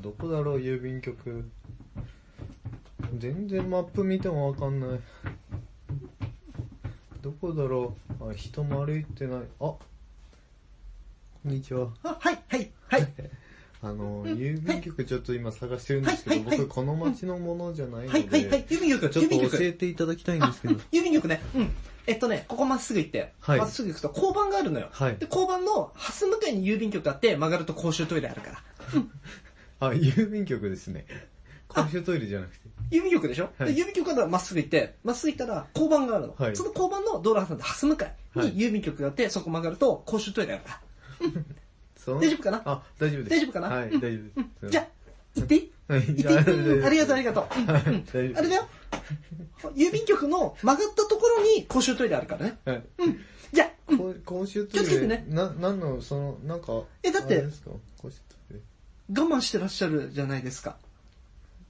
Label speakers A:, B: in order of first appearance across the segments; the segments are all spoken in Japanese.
A: どこだろう、郵便局。全然マップ見てもわかんない。どこだろう。あ、人も歩いてない。あ、こんにちは。
B: あはい、はい、はい。
A: あの、郵便局ちょっと今探してるんですけど、
B: はいはいはい
A: 僕この町のものじゃないの
B: はい、はい、はい
A: で、。
B: 郵便局、
A: ちょっ
B: 郵便
A: と教え
B: 局。
A: ていただきたいんで
B: あ
A: すけど。、
B: 郵便局ね。うん。えっとね、ここまっすぐ行って、
A: はい
B: まっすぐ行くと交番があるのよ。
A: はい
B: で、交番の蓮向かいに郵便局があって、曲がると公衆トイレあるから。
A: あ、郵便局ですね。公衆トイレじゃなくて。
B: 郵便局でしょ、
A: はい
B: で郵便局からまっすぐ行って、まっすぐ行ったら交番があるの。
A: はい
B: その交番の道路挟んで蓮向かい
A: はい
B: に郵便局があって、そこ曲がると公衆トイレあるから。
A: その
B: 大丈夫かな
A: あ、大丈夫です。
B: 大丈夫かな
A: はい、大丈夫です。
B: じゃあ、行っていい
A: はい
B: 行っていい
A: 大丈夫
B: うん
A: です
B: ありがとうありがとう。うん
A: はい大
B: うん
A: 丈夫です
B: あれだよ。郵便局の曲がったところに公衆トイレあるからね。
A: はい。
B: うん。じゃあ、うん
A: こ公衆ト
B: 気をつけ
A: イレ、
B: てね
A: な、なんの、その、なんか、
B: えだって
A: あれですか公衆トイ
B: 我慢してらっしゃるじゃないですか。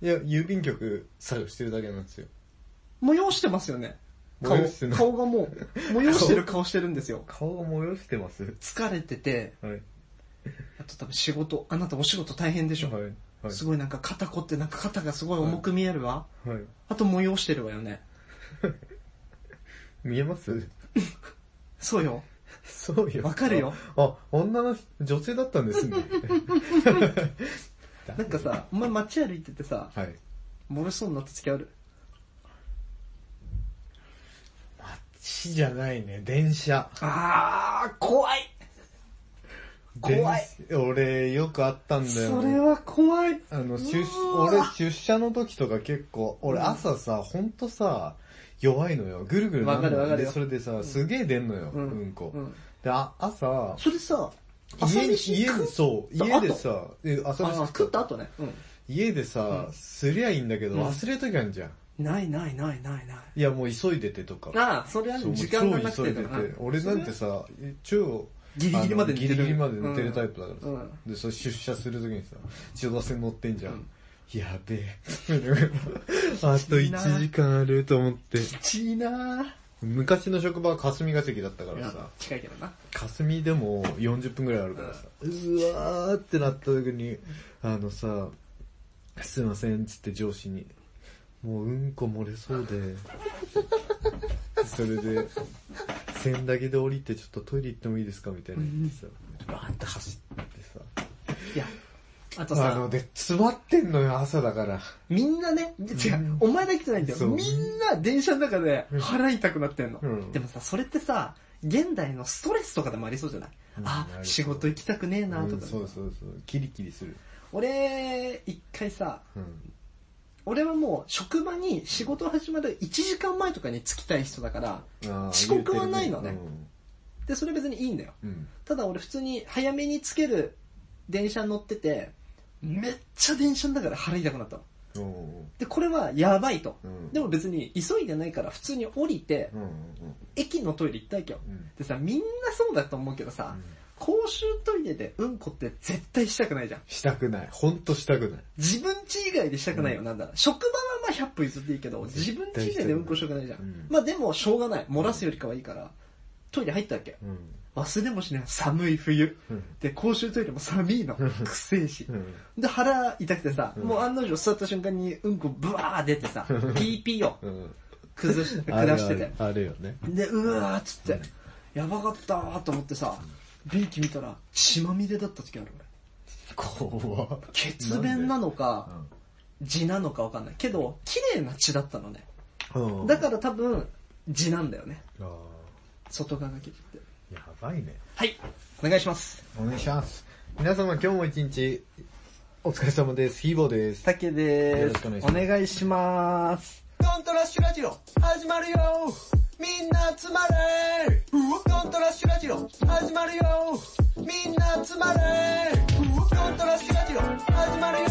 A: レ。いや、郵便局探してるだけなんですよ。
B: 催してますよね。顔
A: 催して、ない
B: 顔がも う、催してる顔してるんですよ。
A: 顔が催してますはい。
B: 疲れてて、
A: はい。
B: あと多分仕事、あなたお仕事大変でしょ。
A: はい。はい
B: すごいなんか肩こってなんか肩がすごい重く見えるわ。
A: はい。
B: あと催してるわよね。
A: 見えます
B: そうよ。
A: そうよ。
B: わかるよ
A: あ。あ、女の人、女性だったんですね。
B: なんかさ、お前街歩いててさ、
A: はい。
B: 漏れそうになった時ある。
A: 死じゃないね、電車。
B: あー、怖い怖い
A: 電車。俺、よくあったんだよ。
B: それは怖い。
A: あの、出
B: う、わ
A: 俺、出社の時とか結構、俺
B: うん
A: 朝さ、ほんとさ、弱いのよ。ぐるぐるなんの
B: わかるわかるよ
A: で、それでさ、すげえ出んのよ、うん、こ。
B: うん
A: で、あ、朝、
B: それさ、
A: 家
B: 朝
A: に、
B: 飯
A: 家に、
B: 食
A: そう、
B: た
A: 家でさ、え朝
B: あ
A: 飯
B: ー
A: 食
B: 食
A: っ
B: った
A: た
B: 後ね。うん
A: 家でさ、すりゃいいんだけど、
B: うん
A: 忘れときゃんじゃん。
B: ないないないないない。
A: いや、もう急いでてとか。
B: ああ、それは
A: そう
B: 時間がな
A: 超急
B: くて
A: いで
B: と
A: て
B: かな。、
A: 俺なんてさ、超、
B: ギリギリまで寝てる
A: あのギリギリまで寝てるタイプだからさ。
B: うん
A: で、それ出社するときにさ、千代田線乗ってんじゃん。
B: うん
A: やべえ。 あと1時間あると思って。
B: ちいな
A: 昔の職場は霞が関だったか
B: ーい
A: ら
B: や
A: さ、
B: 近いけどな。
A: 霞でも40分くらいあるからさ、うわーってなった時に、あのさ、すいませんっつって上司に、もううんこ漏れそうで、それで、線だけで降りてちょっとトイレ行ってもいいですかみたいな言ってさ、バーって走ってさ、
B: いや、あと
A: あ
B: さ
A: の、、で、詰まってんのよ、朝だから。
B: みんなね、違う、お前だけじゃないんだ
A: そ
B: よ。
A: う
B: みんな電車の中で
A: うん
B: 腹痛くなってんの
A: う。ん
B: でもさ、それってさ、現代のストレスとかでもありそうじゃない
A: うん
B: あ
A: なるほ、ど
B: 仕事行きたくねえなと
A: うん
B: か。
A: そうそうそう、キリキリする。
B: 俺、一回さ、
A: うん。
B: 俺はもう職場に仕事始まる1時間前とかに着きたい人だから、
A: あー
B: 遅刻はないのね
A: 言うてるね
B: で、それ別にいいんだよ。
A: うんうん
B: ただ俺普通に早めに着ける電車に乗ってて、めっちゃ電車の中で腹痛くなったの。
A: おうおう
B: で、これはやばいと。
A: うん
B: でも別に急いでないから普通に降りて
A: う、んうん
B: 駅のトイレ行ったわけよ。
A: うんうん
B: でさ、みんなそうだと思うけどさ、公衆トイレでうんこって絶対したくないじゃん。
A: したくない。ほんとしたくない。
B: 自分家以外でしたくないよ、
A: うん
B: なんだろう。職場はまあ100歩譲っていいけど、自分家以外でうんこしたくないじゃん。
A: うん
B: まあでもしょうがない。漏らすよりかはいいから、トイレ入ったわけ。
A: うん。
B: 忘れもしない。寒い冬。
A: うん
B: で、公衆トイレも寒いの。
A: うん
B: くせえし
A: う。ん。
B: で、腹痛くてさ、
A: うん
B: もう案の定座った瞬間にうんこブワー出てさ、ピーピーを
A: うん。
B: 崩し、下してて。
A: あるよね。
B: で、うわーっつって、やばかったーと思ってさ、便器見たら血まみれだった時ある俺。
A: 怖っ
B: 血便なの
A: な
B: か、
A: んで
B: 血なのかわかんない。けど、綺麗な血だったのね。
A: うん。
B: だから多分、血なんだよね。
A: ら、
B: 外側が切って。
A: やばいね。
B: はい、お願いします。
A: お願いします。皆様今日も一日、お疲れ様です。ヒーボーです。
B: 竹で
A: よろし
B: す。
A: くお願いしま
B: お
A: す
B: 願いします。
C: ドントラッシュラジオ始まるよみんな集まれドントラッシュラジオ始まるよみんな集まれドントラッシュラジオ始まるよ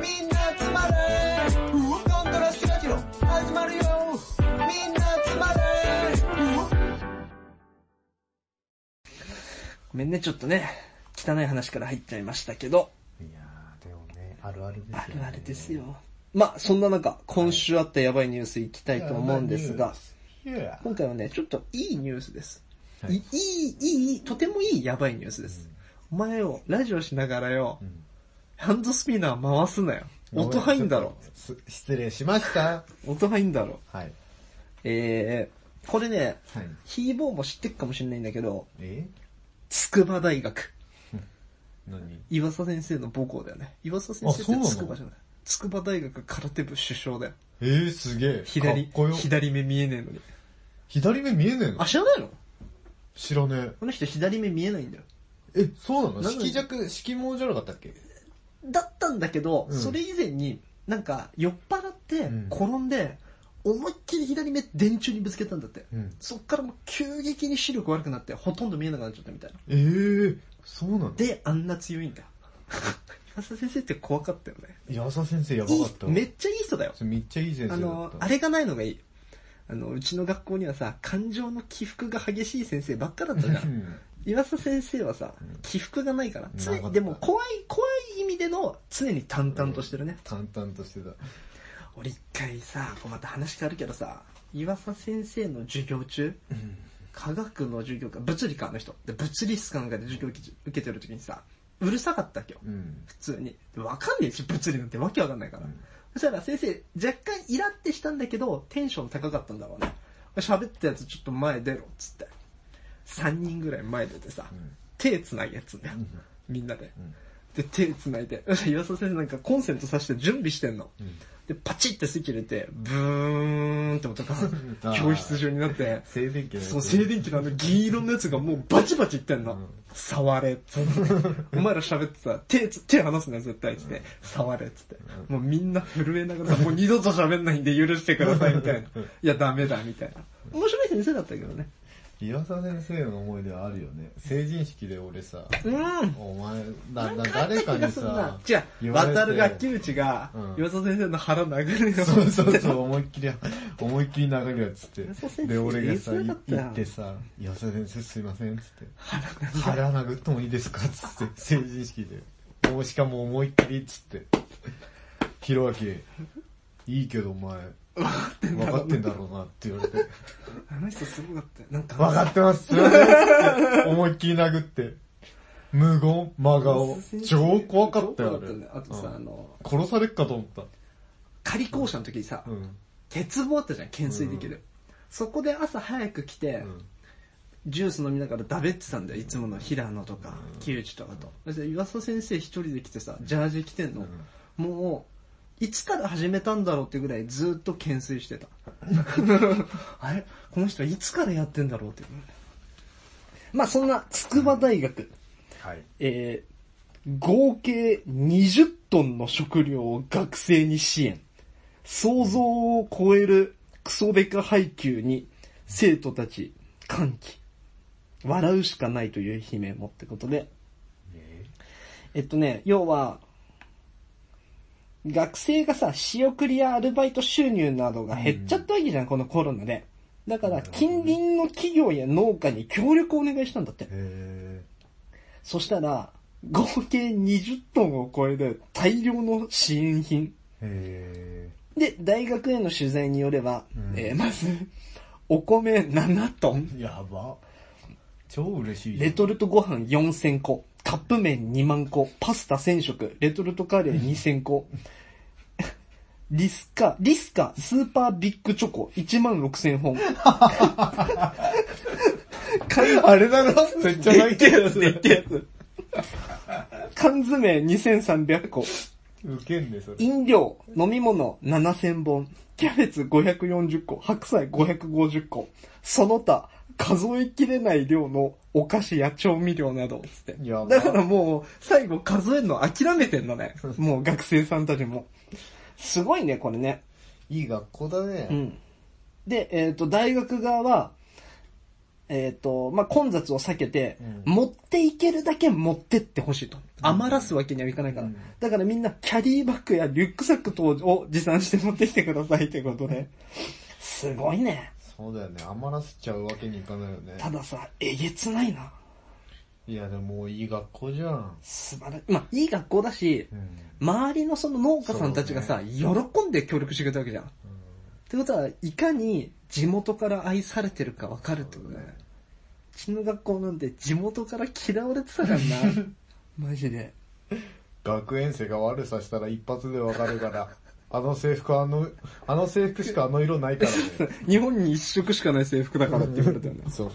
C: みんな集まれドントラッシュラジオ始まるよみんな集まれ
B: ごめんね、ちょっとね、汚い話から入っちゃいましたけど、
A: いやー、でもね、あるあるです
B: あるあるです
A: い
B: よ。まあ、そんな中、今週あったやばいニュースいきたいと思うんですが、
A: や。
B: 今回はね、ちょっといいニュースです。
A: はい
B: い、いい、いい、とてもいいやばいニュースです。お前よ、ラジオしながらよ、
A: うん
B: ハンドスピナー回すなよ。音入んだろ。
A: す失礼しました。
B: 音入んだろ。
A: はい。
B: えー、これね、
A: はい。
B: ヒーボーも知ってっかもしれないんだけど、
A: え
B: 筑波大学。
A: 何
B: 岩佐先生の母校だよね。岩佐先生って
A: あそう
B: 筑
A: な
B: 波
A: の
B: じゃない。筑波大学空手部主将だよ。
A: えー、すげえ。
B: 左、
A: かっこよ。
B: 左目見えねえのに。
A: 左目見えねえ
B: あ、
A: の
B: 知らないの
A: 知らね
B: この人左目見えないんだよ。
A: え。え、そうなの
B: なんなの
A: 色弱、色盲じゃなかったっけ
B: だったんだけど、
A: うん
B: それ以前に、なんか酔っ払って
A: うん
B: 転んで、思いっきり左目電柱にぶつけたんだって。
A: うん。
B: そっからもう急激に視力悪くなって、ほとんど見えなくなっちゃったみたいな。
A: ええー、そうなの
B: で、あんな強いんだ。 岩佐先生って怖かったよね。
A: 岩佐先生やば
B: い
A: か
B: い
A: った。
B: めっちゃいい人だよ。
A: それめっちゃいい先生だ
B: あ
A: った。
B: の、あれがないのがいい。あの、うちの学校にはさ、感情の起伏が激しい先生ばっかだったじゃ。
A: うんん
B: 岩佐先生はさ
A: ん、
B: 起伏がないから、常
A: なかっ
B: に、
A: た
B: でも怖い、怖い意味での、常に淡々としてるね。
A: 淡々としてた。
B: 俺一回さ、こうまた話変わるけどさ、岩佐先生の授業中、科学の授業か、物理科の人。で、物理室かなんかで授業受け受けてる時にさ、うるさかったっけよ。
A: うん。
B: 普通に。でわかんねえし、物理なんてわけわかんないか
A: う
B: ら。
A: ん
B: そしたら先生、若干イラってしたんだけど、テンション高かったんだろうね。喋ったやつちょっと前出ろ、つって。3人ぐらい前出てさ、
A: ん
B: 手繋いやつね
A: う。ん
B: みんなで。
A: うん
B: で、手繋いで。 そしたら岩佐先生なんかコンセント挿して準備してんの。
A: うん
B: で、パチってスイッチ入れて、ブーンって音が教室中になって、
A: 静電気のやつ
B: そう、静電気のあの銀色のやつがもうバチバチいってんの。
A: うん
B: 触れっつって。 お前ら喋ってさ、手つ、手離すなよ絶対っつって。触れっつって。もうみんな震えながらさ、もう二度と喋んないんで許してくださいみたいな。いや、ダメだみたいな。面白い先生だったけどね。
A: 岩佐先生の思い出はあるよね。成人式で俺さ、
B: うん。
A: お前、だ、だ、誰かにさ、
B: じゃあ、
A: 言われて
B: 渡るが木内が
A: うん、
B: 岩佐先生の腹殴るよ。
A: そうそうそう、思いっきり、 思いっきり殴るやつっ
B: 岩佐
A: て。
B: 先生
A: で、俺がさ、
B: 言い
A: い行
B: づらかったよ
A: ってさ、岩佐先生すいません、つって。
B: 腹殴る。
A: 腹殴ってもいいですかつって、成人式で。もうしかも思いっきり、つって。ひろあき、いいけどお前、分かってんだろうなって言われて。
B: あの人すごかったよ。なんか、
A: 分かって ます、すいません、つって。思いっきり殴って。無言、真顔。超怖かったよ、あれ。
B: ねあとさ、あ
A: うん
B: の、
A: 殺されっかと思った。
B: 仮校舎の時にさ、
A: うん。
B: 鉄棒あったじゃん、懸垂できる。そこで朝早く来て、ジュース飲みながらだべってたんだよ、いつもの平野とか、木内とかと。そして岩佐先生一人で来てさ、ジャージ着てんの。もう、いつから始めたんだろうってぐらいずっと懸垂してた。 あれこの人はいつからやってんだろうって。まあそんな筑波大学、
A: はい。
B: えー、合計20トンの食料を学生に支援。想像を超えるクソベカ配給に生徒たち歓喜。笑うしかないという悲鳴もってことで。えっとね、要は、学生がさ、仕送りやアルバイト収入などが減っちゃったわけじゃん、このコロナで。だから、近隣の企業や農家に協力をお願いしたんだって。
A: へ
B: そしたら、合計20トンを超える大量の支援品。
A: え。へ
B: で、大学への取材によれば、
A: うん
B: えーまず、お米7トン、
A: え。やば。超嬉しいじゃん。
B: レトルトご飯4000個、カップ麺2万個、パスタ1000食、レトルトカレー2000個、リスカ、リスカスーパービッグチョコ1万6000本。買い
A: あれだな、めっちゃ泣いてる。
B: でっけえやつ。缶詰2300個、
A: ウケんね、それ。
B: 飲料、飲み物7000本、キャベツ540個、白菜550個、その他、数えきれない量のお菓子や調味料など、つって。
A: やば
B: だからもう、最後数えるの諦めてんのね。もう学生さんたちも。すごいね、これね。
A: いい学校だね。
B: うん。で、えっ、と、大学側は、えっ、と、まあ、混雑を避けて、
A: うん
B: 持っていけるだけ持ってってほしいと。余らすわけにはいかないから。
A: うん
B: だからみんなキャリーバッグやリュックサック等を持参して持ってきてくださいということで。すごいね。
A: そうだよね、余らせちゃうわけにいかないよね。
B: たださ、えげつないな。
A: いや、でももういい学校じゃん。
B: 素晴らしい。まあ、いい学校だし、
A: うん。
B: 周りのその農家さんたちがさ、喜んで協力してくれたわけじゃん。ってことは、いかに地元から愛されてるかわかるってことだよね。うちの学校なんて地元から嫌われてたからな。マジで。
A: 学園生が悪さしたら一発でわかるから、 あの制服あの、あの制服しかあの色ないから ね。
B: 日本に一色しかない制服だからって言われたよね。
A: そ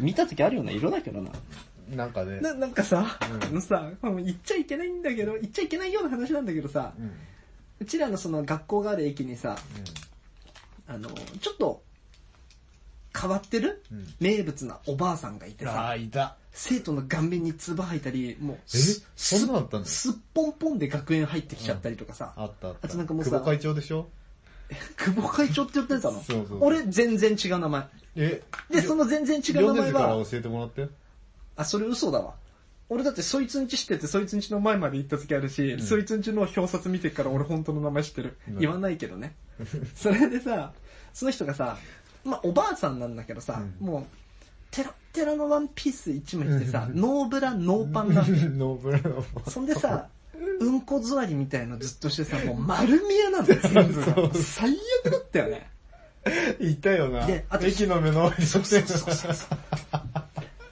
D: 見た時あるような色だけどな。
A: う。なんかね。
B: な、なんかさ、
A: うん
B: あのさ、これもう言っちゃいけないんだけど、言っちゃいけないような話なんだけどさ、
A: うん。うん。
B: うちらのその学校がある駅にさ、あの、ちょっと、変わってる、
A: うん
B: 名物なおばあさんがいて
A: あ
B: さ、
A: あ、いた。
B: 生徒の顔面に唾吐いたり、もう、
A: えそんなのあったの
B: すっぽんぽんで学園入ってきちゃったりとかさ、
A: あったあった。
B: あとなんかもうさ
A: 久保会長でしょ
B: 久保会長って言ってたの
A: そうそうそう
B: 俺全然違う名前。
A: え
B: で、その全然違う
A: ヨ
B: 名
A: ネ
B: 前
A: ズから
B: は、
A: 教えてもら ったよ。
B: あ、それ嘘だわ。俺だってそいつんち知ってて、そいつんちの前まで行った時あるし、そいつんちの表札見てっから俺本当の名前知ってる。
A: ん
B: 言わないけどね。それでさ、その人がさ、まあおばあさんなんだけどさ、もう、テラッテラのワンピース一枚着てさ、ノーブラ、ノーパ ンなの。
A: ノーブラの。
B: そんでさ、うんこ座りみたいのずっとしてさ、もう丸見えなんだよ、全部が。最悪だったよね。
A: いたよな
B: であ。と
A: 駅の目の前に。そうそう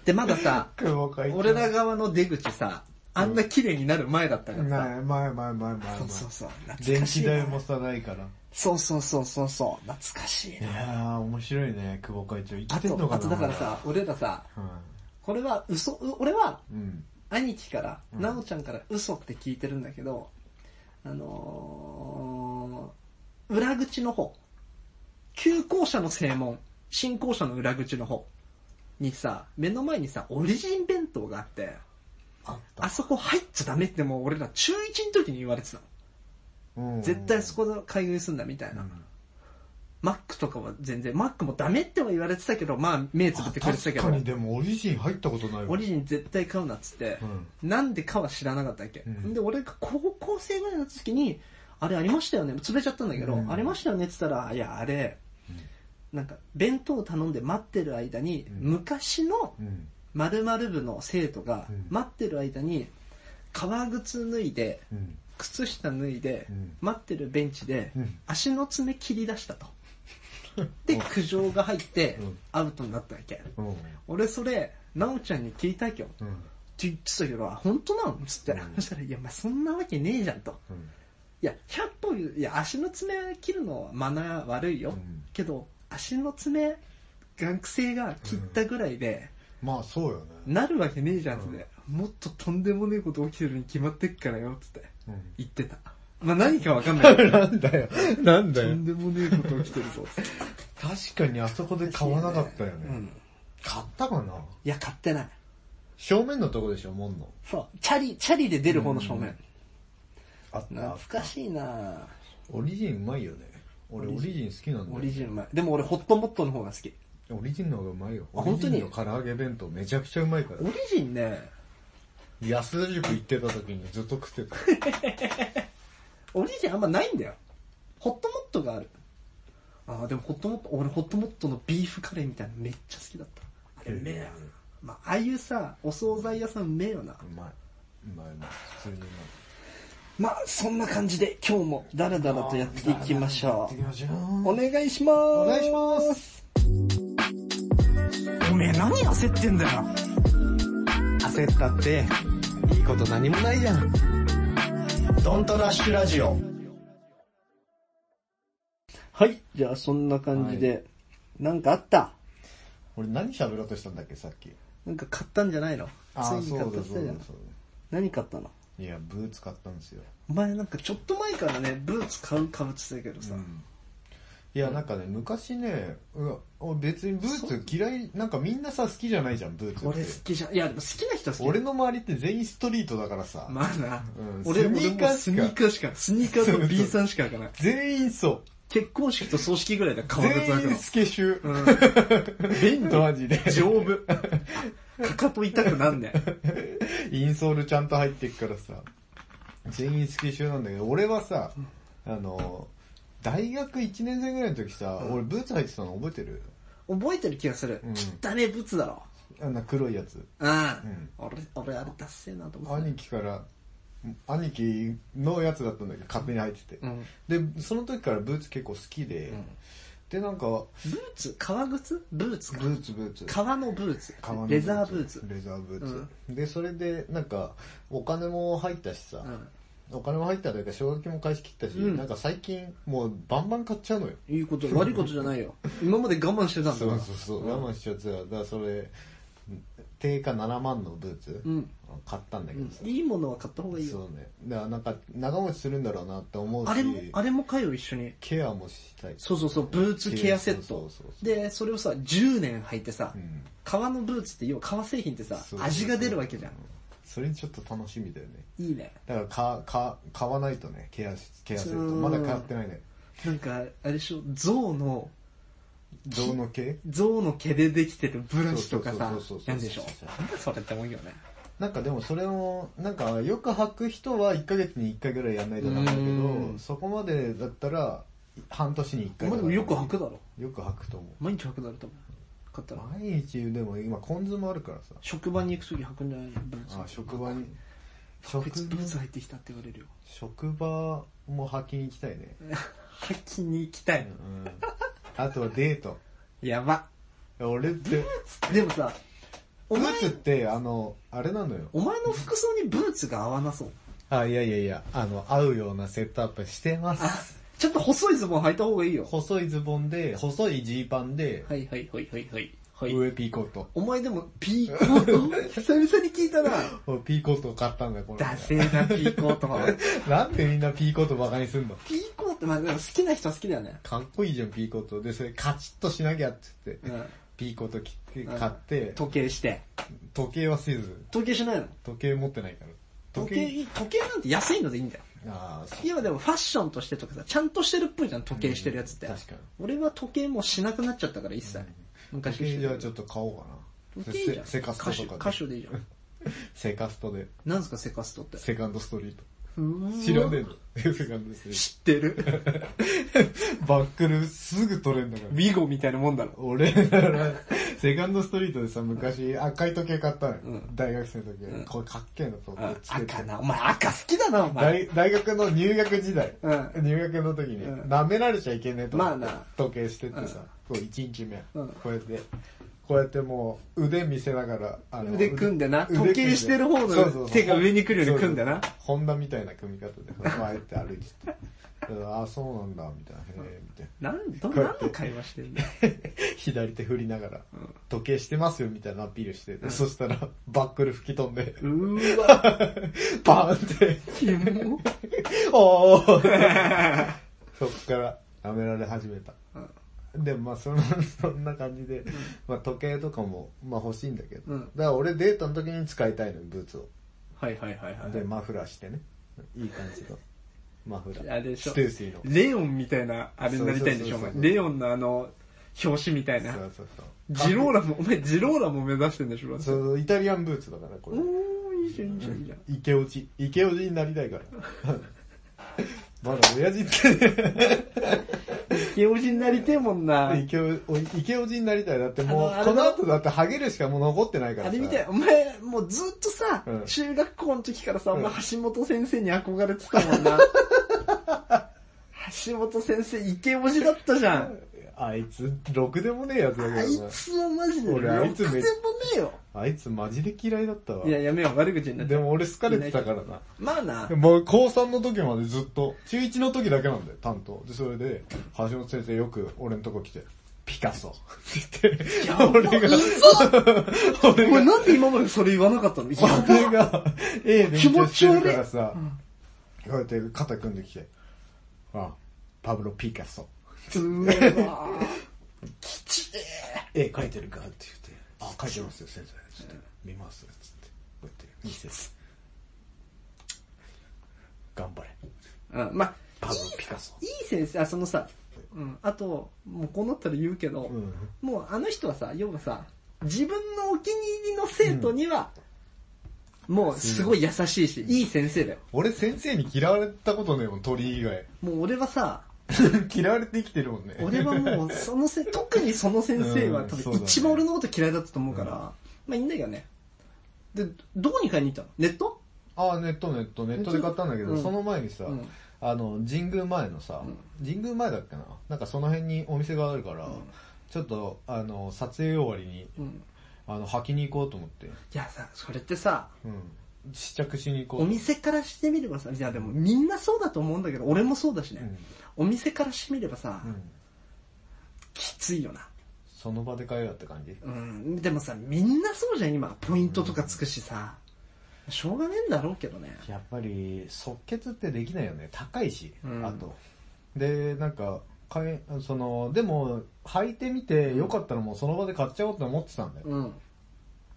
B: で、まださ、
A: 久保会長。
B: 俺ら側の出口さ、あんな綺麗になる前だったからさ。
A: ない、前前前前前
B: そうそうそう。懐
A: 電
B: かし
A: 気
B: いな
A: 代もさ、ないから。
B: そうそうそうそうそう。懐かしい
A: い
B: な。
A: やー、面白いね、久保会長。生
B: あ
A: きてんの
B: と、
A: か
B: あ
A: な
B: とだからさ、俺らさ、
A: まだ
B: これは嘘、う俺は
A: うん。うん。
B: 兄貴から、
A: うん
B: なおちゃんから嘘って聞いてるんだけど、あのー、裏口の方、旧校舎の正門、新校舎の裏口の方にさ、目の前にさ、オリジン弁当があって、
A: あった。
B: あそこ入っちゃダメってもう俺ら中1の時に言われてたの。
A: うん
B: 絶対そこで買い食いすんだみたいな。マックとかは全然、マックもダメっては言われてたけど、まあ目つぶってくれてたけ
A: 確か
B: ど
A: に、でもオリジン入ったことないわ
B: オリジン絶対買うなっつって、なんでかは知らなかったわけ。
A: うん
B: で、俺が高校生ぐらいの時に、あれありましたよね、潰れちゃったんだけど、
A: うん
B: ありましたよねって言ったら、いや、あれ、なんか、弁当を頼んで待ってる間に、
A: ん
B: 昔の
A: うん。うん。
B: 〇〇部の生徒が
A: うん、
B: 待ってる間に、革靴脱いで、
A: うん。
B: 靴下脱いで、
A: うん
B: 待ってるベンチで、
A: うん
B: 足の爪切り出した と。で、苦情が入って
A: うん、
B: アウトになったわけ。
A: うん。
B: 俺それ、なおちゃんに聞いたわけよ。
A: うん。
B: って言ってたけど、あ、本当なのつって、そしたら、いや、まあ、そんなわけねえじゃんと。
A: うん。
B: いや、100歩、いや、足の爪切るのはマナー悪いよ。
A: うん
B: けど、足の爪、学生が切ったぐらいで、
A: まあそうよね。
B: なるわけねえじゃんって、もっととんでもねえこと起きてるに決まってっからよ、つって
A: うん。
B: 言ってた。まあ、何かわかん ないけど。
A: なんだよ。なん
B: と
A: だよ
B: ん。でもねえこと起きてるぞ、つって。
A: 確かにあそこで買わなかったよ
B: う
A: ね
B: ん。。
A: 買ったかない
B: や、買ってない。
A: 正面のとこでしょ、門の。
B: そう。チャリ、チャリで出る方の正面。
A: あっ
B: 懐かしいなぁ。
A: オリジンうまいよね。俺オリジン好きなんだよ。
B: オリジンうまい。でも俺、ホットモットの方が好き。
A: オリジンの方がうまいよ。
B: あ
A: オリ
B: 本
A: ジ
B: 当
A: ン
B: に
A: の唐揚げ弁当めちゃくちゃうまいから
B: オ。リジンね、
A: 安田塾行ってた時にずっと食ってた。
B: オリジンあんまないんだよ。ホットモットがある。ああ、でもホットモット、俺ホットモットのビーフカレーみたいなのめっちゃ好きだった。あれうめえな。まあ、ああいうさ、お惣菜屋さんうめえよな
A: う。まい。うまいうまい。普通にうまい。
B: まあ、そんな感じで今日もダラダラとやっていきましょ
A: 行きましょう
B: う。お願いします。お
A: 願いします。
B: おめえ何焦ってんだよ。焦ったって、いいこと何もないじゃん。
C: ドントラッシュラジオ
B: はい、じゃあそんな感じで、なんかあった
A: 俺何喋ろうとしたんだっけ、さっき。
B: なんか買ったんじゃないの
A: ああ、
B: つい
A: そうだ
B: に買
A: そ
B: った
A: うだ
B: って
A: そ
B: 言
A: う
B: ってたじゃん
A: だ。
B: 何買ったの
A: いや、ブーツ買ったんですよ。
B: お前なんかちょっと前からね、ブーツ買うかぶってたけどさ、
A: いや、なんかね、昔ね、うわ俺別にブーツ嫌い、なんかみんなさ、好きじゃないじゃん、ブーツ
B: 俺
A: っ
B: 好
A: て。
B: きじゃん。いや、でも好きな人は好き
A: 俺の周りって全員ストリートだからさ、
B: まあな、
A: うん
B: 俺
A: ス
B: 俺
A: ニーカ
B: も
A: ーしか
B: スニーカーしか、スニーカーと B さんしか開 かない。
A: 全員そ
B: 結婚式と葬式ぐらいで
A: う。
B: 革靴
A: 全
B: 開く
A: 員
B: の。
A: スケシュ。
B: 便利。
A: マジで。
B: 丈夫。かかと痛くなんねん。
A: インソールちゃんと入ってくからさ、全員スケシュなんだけど、俺はさ、あの、大学1年生ぐらいの時さ、俺ブーツ履いてたの覚えてる
B: 覚えてる気がする。
A: うん
B: 汚ねブーツだろ。
A: あんな黒いやつ。
B: うん。
A: ん
B: 俺、俺あれダッセーなと思って
A: 兄貴から、兄貴のやつだったんだけど、勝手に履いてて。
B: た。うん。
A: で、その時からブーツ結構好きで、で、なんか、
B: ブーツ革靴ブーツ
A: ブ
B: か。
A: ーツブーツ。
B: 革のブーツ
A: 革の。
B: レザーブーツ。
A: レザーブーツ。で、それで、なんか、お金も入ったしさ、
B: うん。
A: お金も入ったというか、奨学金も返し切ったし、
B: うん
A: なんか最近、もうバンバン買っちゃうのよ。
B: い いこと、悪いことじゃないよ。今まで我慢してたんだ
A: そ
B: か
A: う
B: ら。
A: そうそう、我慢しちゃってたから、だからそれ、定価7万のブーツ、
B: うん。
A: 買ったんだけ
B: う
A: ど
B: ん
A: さ、
B: いいものは買った方がいい
A: そう
B: よ。
A: ね。だからなんか、長持ちするんだろうなって思うし、
B: あれも、あれもかよ、一緒に。
A: ケアもしたい。
B: そうそうそう、ブーツケアセッ
A: そう
B: ト
A: そうそう。
B: で、それをさ、10年履いてさ、
A: うん
B: 革のブーツって要は革製品ってさ
A: そう、
B: 味が出るわけじゃん。
A: それちょっと楽しみだよね。
B: いいね。
A: だからか、か、買わないとね、ケアし、ケアセット。
B: うん
A: まだ買ってないね。
B: なんか、あれでしょ、象の、
A: 象の 毛
B: 象の毛でできてるブラシとかさ
A: そうそうそうそう、そう
B: なんでしょ。なんだそれって思う よね。
A: なんかでもそれも、なんかよく履く人は1ヶ月に1回ぐらいやんないとダメだけ
B: う
A: ど、
B: ん
A: そこまでだったら、半年に1
B: お
A: 回
B: 前
A: と
B: で
A: か
B: もよく履くだろ。
A: よく履くと思
B: 毎日履くだろ、多分。買ったら。
A: う。毎日でも今、コンズもあるからさ。
B: 職場に行くとき履くんじゃないのブーツ。
A: あ、職場に。
B: こいつ
A: 職
B: ブーツ履いてきたって言われるよ。
A: 職場も履きに行きたいね。
B: 履きに行きたいの。
A: うん。あとはデート。
B: やば。
A: 俺って、
B: でもさ、お
A: ブ
B: 前
A: ー、ツって、あの、あれなのよ。
B: お前の服装にブーツが合わなそう。
A: あ、いやいやいや、あの、合うようなセットアップしてます。
B: ちょっと細いズボン履いた方がいいよ。
A: 細いズボンで、細いジーパンで、
B: はいはいはいはいはい。
A: 上ピーコート。
B: お前でもピーコート 久々に聞いたな。
A: 俺ピーコートを買ったんだよ、この
B: ダセーなピーコート。
A: なんでみんなピーコートバカにすんの
B: ピーコート、まあでも好きな人は好きだよね。
A: かっこいいじゃん、ピーコート。で、それカチッとしなきゃって言って、
B: うん。
A: ピーコート切って
B: うん
A: 買って、
B: 時計して。
A: 時計はせず、
B: 時計しないの
A: 時計持ってないから。
B: 時計、時計なんて安いのでいいんだよ。
A: ああ、そう
B: 今でもファッションとしてとかさ、ちゃんとしてるっぽいじゃん、時計してるやつって。
A: 確かに。
B: 俺は時計もしなくなっちゃったから、一切。昔
A: 時
B: して
A: 計
B: た
A: じゃあちょっと買おうかな。
B: 時計いいじゃん。
A: セセカストと
B: 歌
A: か
B: 手、
A: で。
B: 歌手でいいじゃん。
A: セカストで。
B: なんすか、セカストって。
A: セカンドストリート。
B: うわ
A: 知らねえの。 セカンドストリー
B: 知って る。
A: ト。バックルすぐ取れんだから。
B: ビゴみたいなもんだろ。
A: 俺、だからセカンドストリートでさ、昔赤い時計買ったのよ。大学生の時、これかっけえなと思ってつけて
B: 赤な。お前赤好きだな、お前。
A: 大大学の入学時代、
B: う
A: 入学の時に、
B: うん
A: 舐められちゃいけねえと思って、
B: まあな
A: 時計してってさ、こう1日目、
B: うん
A: こうやって、こうやってもう腕見せながら、あ
B: 腕組んでな。
A: 腕組
B: 時計してる方
A: そうそうそう
B: の手が上に来るように組んでな。
A: ホンダみたいな組み方で、こうやって歩いてて、ああ、そうなんだ、みたいな、へえ、みた いな。
B: なん、ど、
A: こうや
B: 何
A: って
B: の会話し てんだよ。
A: 左手振りながら、時計してますよみたいなアピールしてて、そしたらバックル吹き飛んで、
B: うーわ、
A: バーンって、
B: キモ。
A: おーそっから舐められ始めた。でもまあそんな、 そんな感じで、まあ時計とかも、まあ欲しいんだけど、
B: うん
A: だから俺デートの時に使いたいのよ、ブーツを。
B: はいはいはいは
A: で、マフラーしてね。いい感じの。マフラ
B: い。
A: ー。
B: あれでしょ
A: ステューシーの。
B: レオンみたいな、あれになりたいんでしょ、お
A: そうそうそう
B: 前。
A: そう
B: レオンのあの、表紙みたい
A: そ
B: な。
A: うそうそう。
B: ジローラも、お前ジローラも目指してんでしょ、
A: そうそう、イタリアンブーツだから、これ。
B: おー、いいじゃん、いいじゃん、いいじゃん。
A: イケオジ。イケオジになりたいから。 まだ親父って、
B: イケオジになりてえもんな。
A: イケオ、イケオジになりたい。だってもう
B: あのあ、れ
A: こ
B: だ
A: の後だってハゲるしかもう残ってないから
B: あ
A: さ。
B: れみたい、お前、もうずっとさ、
A: うん
B: 中学校の時からさ、お前
A: うん
B: 橋本先生に憧れてたも んな。橋本先生、イケオジだったじゃん。
A: あいつ、ろくでもねえやつだ
B: あ
A: け
B: い
A: どな。
B: つはマジで、
A: 俺あいつ
B: ろく
A: め
B: でもねえよ。
A: あいつマジで嫌いだったわ
B: い。や、やめよう、悪口になっち
A: で
B: ゃう。
A: も俺好かれてたからな。
B: まあな、
A: もう高3の時までずっと、中1の時だけなんだよ、担当。で、それで、橋本先生よく俺のとこ来て、ピカソ。って言って、俺が、
B: お
A: 俺が
B: 前、なんで今までそれ言わなか ったのいや
A: 俺が、ええ、
B: 気
A: 勉強
B: 持
A: し
B: ち
A: て
B: 悪い
A: るからさ、こうやって肩組んできて、あ、パブロ・ピカソ。
B: うわ
A: 絵描いてるかって言って、あ、描いてますよ、先生。つって、見ます。つって、こうやって、見せる。頑張れ。
B: ぁうんまあ、
A: パブロ・ピカソ。
B: いい先生、あ、そのさ、うん、あと、もうこうなったら言うけど、
A: うん。
B: もうあの人はさ、要はさ、自分のお気に入りの生徒には、もうすごい優しいし、いい先生だよ。
A: 俺先生に嫌われたことねえもん、鳥以 外。
B: もう俺はさ、
A: 嫌われて生きてるもんね。
B: 俺はもうそのせ、特にその先生は多
A: うんそう
B: 分
A: だね
B: 一番俺のこと嫌いだったと思うから、まあいいんだけどね。で、どこに買いに行ったのネット
A: ああ、ネットネット、ネットで買ったんだけど、
B: うん
A: その前にさ、
B: うん
A: あの、神宮前のさ、神宮前だっけななんかその辺にお店があるから、ちょっと、あの、撮影終わりに、
B: うん。
A: あの、履きに行こうと思って、
B: いやさ、それってさ、
A: うん。試着しに行こう
B: お店からしてみればさ、いやでもみんなそうだと思うんだけど、俺もそうだしね。お店からしてみればさ、
A: うん。うん。
B: きついよな。
A: その場で買えよって感じ
B: うん。でもさ、みんなそうじゃん、今。ポイントとかつくしさ。しょうがねえんだろうけどね。
A: やっぱり、即決ってできないよね。高いし、
B: うん
A: あと。で、なんか、買え、その、でも、履いてみて、よかったらもうその場で買っちゃおうって思ってたんだよ。
B: うん。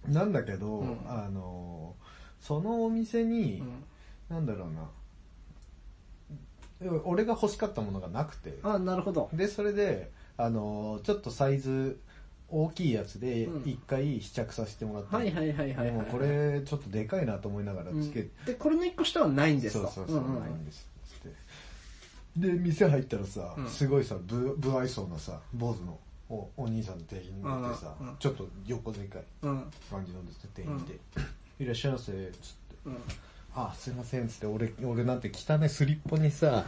A: なんだけど、
B: うん
A: あの、そのお店に、
B: うん
A: なんだろうな、俺が欲しかったものがなくて、
B: あ、なるほど。
A: で、それで、あの、ちょっとサイズ大きいやつで
B: う、ん
A: 一回試着させてもらったの、
B: はいはいはいはいはい。
A: でもこれ、ちょっとでかいなと思いながら
B: うん、
A: つけて、
B: で、これの一個下はないんです
A: そ
B: と。
A: うそうそう、
B: んん
A: ないんですつって。で、店入ったらさ、
B: うん
A: すごいさ、不不愛想なさ、坊主のおお兄さんの店員がいてさ、
B: うんうん
A: ちょっと横でかい
B: うん。
A: 感じの店員で、いらっしゃいませ、つって。
B: うん。
A: あ、すいません、つって、俺、俺なんて汚いスリッポにさ、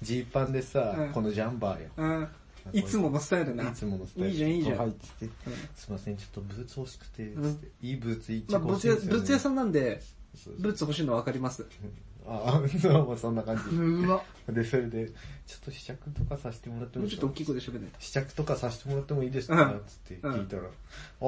A: ジーパンでさ、
B: うん
A: このジャンバーよ。
B: うん。いつものスタイルな。
A: いつものスタイル。
B: いいじゃんいいじゃん
A: こう入ってきて、すいません、ちょっとブーツ欲しくて、つって、いいブーツ一
B: まあ、
A: 着
B: ブ
A: 欲し
B: ー
A: い
B: ツ
A: で
B: 屋、
A: すよね
B: ブーツ屋さんなんで、
A: そうそう
B: ブーツ欲しいのはわかります。
A: あ、あそうまあそんな感
B: うわ。
A: じ。で、それで、ちょっと試着とかさせてもらって
B: も
A: も
B: う
A: いい
B: ち
A: で
B: ょ
A: す
B: っと
A: か
B: 大きい声で喋んない。
A: 試着とかさせてもらってもいいです
B: う
A: か
B: ん
A: つって聞いたら、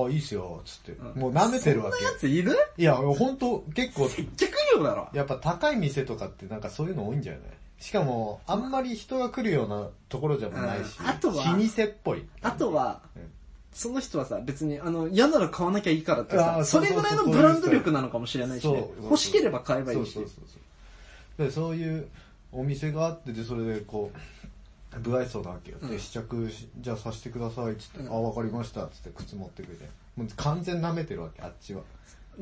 A: あ、いいっすよ、つって。
B: うん
A: もう舐めてるわ
B: そんなや
A: け。
B: ついる
A: いや、ほんと、結構、
B: 接客業だろ。
A: やっぱ高い店とかってなんかそういうの多いんじゃないしかも、あんまり人が来るようなところじゃないし、
B: うんあとは
A: 老舗っぽい。
B: あとは
A: うん、
B: その人はさ、別に、あの、嫌なら買わなきゃいいからって
A: あ
B: さ、
A: ー
B: そ
A: そう
B: れ
A: そう
B: ぐ
A: そう
B: らいのブランド力なのかもしれないしね
A: そう。
B: 欲しければ買えばいいし
A: そう。そうそうそうでそういうお店があってでそれでこう不愛想なわけよ、
B: うん
A: で試着しじゃあさせてくださいっつって、
B: うん
A: あわかりましたっつって靴持ってくれてもう完全舐めてるわけあっちは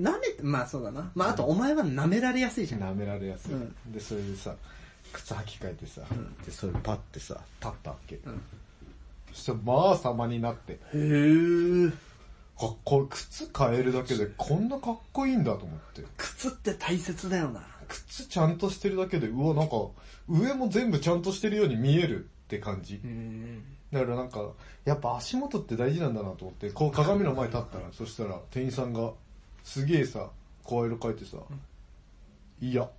B: 舐めて、まあそうだな。まああとお前は舐められやすいじゃん。
A: 舐められやすい、
B: うん
A: でそれでさ靴履き替えてさ、でそれパッてさ立ったわけ、
B: ん
A: そしてまあ様になって
B: へー。
A: かっこいい靴変えるだけでこんなかっこいいんだと思って
B: 靴って大切だよな。
A: 靴ちゃんとしてるだけで、うわ、なんか、上も全部ちゃんとしてるように見えるって感じ。
B: うん。
A: だからなんか、やっぱ足元って大事なんだなと思って、こう鏡の前立ったら、そしたら店員さんが、すげえさ、声色変えてさ、いや、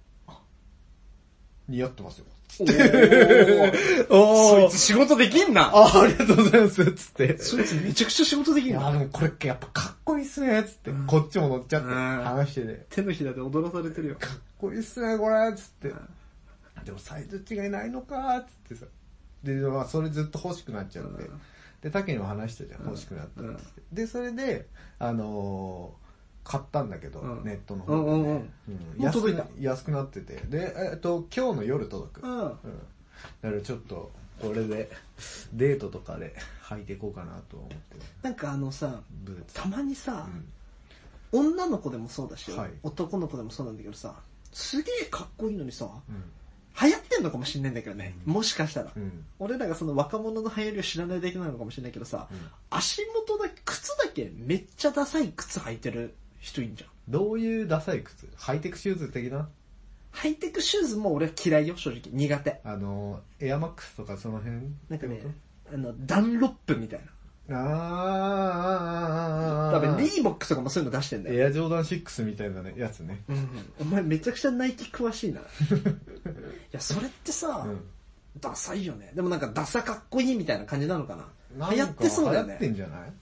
A: 似合ってますよ。
B: そいつ仕事できんな
A: あ、ありがとうございます、つって。
B: そいつめちゃくちゃ仕事でき
A: い
B: んな
A: や、でもこれやっぱかっこいいっすね、つって。こっちも乗っちゃって、
B: うん
A: 話してて。
B: 手のひらで踊らされてるよ。
A: かっこいいっすね、これつって。でもサイズ違いないのかつってさ。で、まあ、それずっと欲しくなっちゃって。
B: うん
A: で、他にも話したじゃん、欲しくなったっつって。で、それで、あのー買ったんだけど、
B: うん
A: ネットの方で、ね
B: うんうんう
A: うん
B: んもう
A: 安
B: 届い
A: く
B: た
A: な安くなってて。で、えっと、今日の夜届く。
B: うん
A: うんだからちょっと、これで、デートとかで履いていこうかなと思って、
B: なんかあのさ、
A: ブーツ。
B: たまにさ、
A: う
B: 女の子でもそうだし、
A: はい
B: 男の子でもそうなんだけどさ、すげえかっこいいのにさ、
A: ん。
B: 流行ってんのかもしんないんだけどね。もしかしたら。
A: うん。
B: 俺らがその若者の流行りを知らないだけなのかもしれないけどさ、
A: ん
B: 足元だけ、靴だけめっちゃダサい靴履いてる人いんじゃん。
A: どういうダサい靴ハイテクシューズ的な
B: ハイテクシューズも俺は嫌いよ、正直。苦手。
A: あの、エアマックスとかその辺
B: なんかね
A: ってこ、
B: あの、ダンロップみたいな。
A: とあーあーあーあーあ
B: 多
A: ー
B: 分リーボックスとかもそういうの出してんだよ。
A: エアジョーダン6みたいなね、やつね。
B: うんお前めちゃくちゃナイキ詳しいな。いや、それってさ、
A: うん。
B: ダサいよね。でもなんかダサかっこいいみたいな感じなのかな。流行ってそうだよ
A: 流行ってん
B: ね。
A: じゃない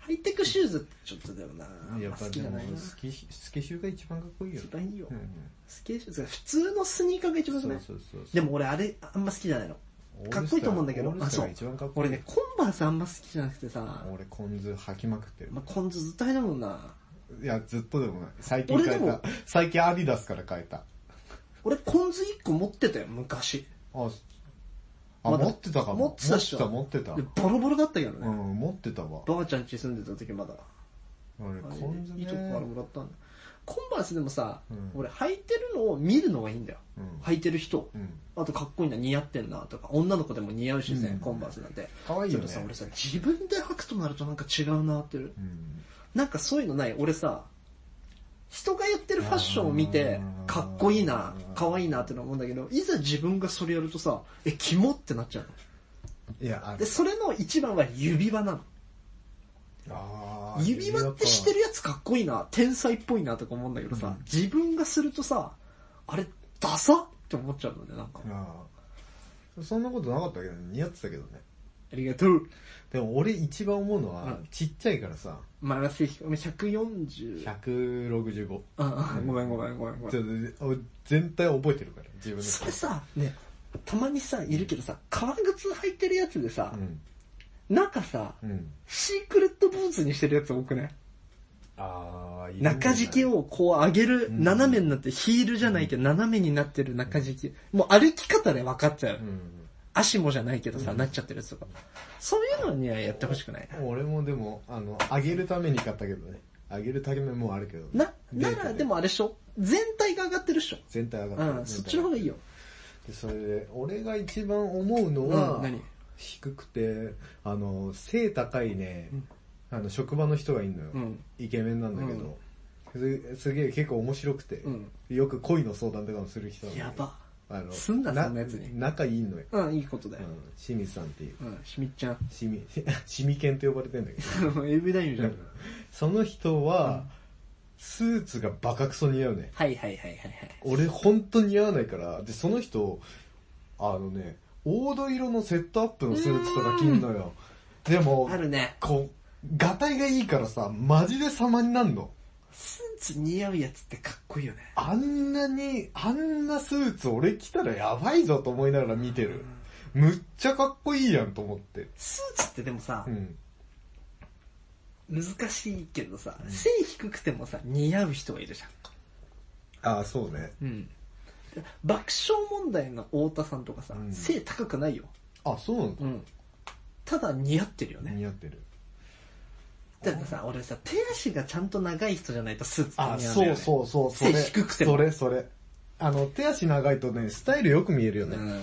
B: ハイテクシューズってちょっとだよな。あん
A: や
B: ま
A: っぱ
B: 好
A: で
B: きじゃ
A: も
B: ないな。、
A: スケスケシューが一番かっこいいよ。
B: 一番いいよ。
A: うん
B: スケーシューズ普通のスニーカーが一
A: う
B: 番
A: ん。
B: 良く
A: そ
B: ないう
A: そうそう。
B: でも俺あれ、あんま好きじゃないの。
A: オールスタ
B: か
A: ー
B: っこいいと思うんだけど
A: オー、ル
B: あ、
A: スタ
B: そ
A: ー
B: う
A: が一番かっ。こい
B: 俺
A: い。
B: ね、コンバースあんま好きじゃなくてさ、
A: 俺、コンズ吐きまくってる。
B: まあ、コンズずっと入るもんな。
A: いや、ずっとでもない。最近
B: 俺
A: 変
B: で
A: え
B: も
A: た。最近アディダスから変えた。
B: 俺コンズ1個持ってたよ、昔。
A: あ、あ
B: まだ
A: 持ってたかも。
B: 持ってたっしょ
A: 持ってた、持
B: で
A: って
B: ボロボロだったけど
A: た。う
B: ね。
A: ん、持ってたわ。
B: ばあちゃん家住んでた時まだ。
A: 俺、
B: あれ
A: コンズね。
B: いとこからもらったんだ。コンバースでもさ、
A: うん
B: 俺履いてるのを見るのがいいんだよ。
A: うん
B: 履いてる人。
A: うん。
B: あとかっこいいな、似合ってんなとか、女の子でも似合うしね、
A: うん
B: コンバースなんて。
A: 可愛いよね
B: けどさ、俺さ、自分で履くとなるとなんか違うなってる。なんかそういうのない俺さ、人がやってるファッションを見て
A: あ、ー
B: かっこいいな、かわいいなってのは思うんだけど、いざ自分がそれやるとさ、え、キモってなっちゃうの。
A: いや、あ
B: で、それの一番は指輪なの。
A: あー
B: 指輪ってしてるやつかっこいいな、天才っぽいなとか思うんだけどさ、
A: うん
B: 自分がするとさ、あれ、ダサって思っちゃうのね、なんか。
A: ああそんなことなかったけどね似合ってたけどね
B: ありがとう。
A: でも俺一番思うのは、
B: うん
A: ちっちゃいからさ
B: マラセヒ、お前140。
A: 165
B: あ、ごめんごめんごめんごめ
A: ち
B: ん。
A: ょっと俺全体覚えてるから自分の
B: それさ、ね、たまにさ、いるけどさ、革靴履いてるやつでさ、
A: うん
B: 中さ、
A: うん
B: シークレットブーツにしてるやつ多くない
A: ああ
B: 中敷きをこう上げる、
A: うん
B: 斜めになって、ヒールじゃないけど斜めになってる中敷き。もう歩き方で分かっちゃう
A: う。ん
B: 足もじゃないけどさ、なっちゃってるやつとか。そういうのにはやってほしくないな。
A: 俺もでもあの上げるために買ったけどね上げるためもあるけどね、
B: な、な
A: データ
B: らでもあれっしょ全体が上がってるっしょ
A: 全体上が
B: う
A: ってる
B: ん、そっちの方がいいよ。
A: でそれで俺が一番思うの
B: う
A: は
B: ん何
A: 低くてあの背高いね、
B: うん
A: あの職場の人がいるのよ、
B: うん。
A: イケメンなんだけど、すすげえ結構面白くて、
B: うん
A: よく恋の相談とかもする人なんだ
B: や
A: けど
B: ば。
A: あの
B: すんなそんなやつに
A: 仲いいのよ、
B: うん、いいことだ
A: う
B: よ。
A: ん、清水さんっていう
B: うん、しみっちゃん。
A: シミ シミケンと呼ばれてんだけど
B: AV 男優じゃん。
A: その人は、スーツがバカクソ似合うね
B: はいはいはいはいはい。
A: 俺本当に似合わないから、で、その人、あのね、黄土色のセットアップのスーツとか着んのよ。でも
B: あ、るね。
A: こう、ガタイがいいからさ、マジで様になんの。
B: スーツ似合うやつってかっこいいよね。
A: あんなに、あんなスーツ俺着たらやばいぞと思いながら見てる。むっちゃかっこいいやんと思って。
B: スーツってでもさ
A: う、ん。
B: 難しいけどさ、背低くてもさ、似合う人がいるじ
A: ああ、そうね。
B: ゃん。うん。爆笑問題の太田さんとかさ、
A: うん
B: 背高くないよ。
A: あ、そうなんだ。
B: うん。ただ似合ってるよね。
A: 似合ってる。
B: だからさ、俺さ、手足がちゃんと長い人じゃないとスーツって似合
A: あ、
B: うんだよ
A: そ
B: ね。
A: うそうそう、それ。
B: 背低くても
A: それ、それ。あの、手足長いとね、スタイルよく見えるよね。
B: うん。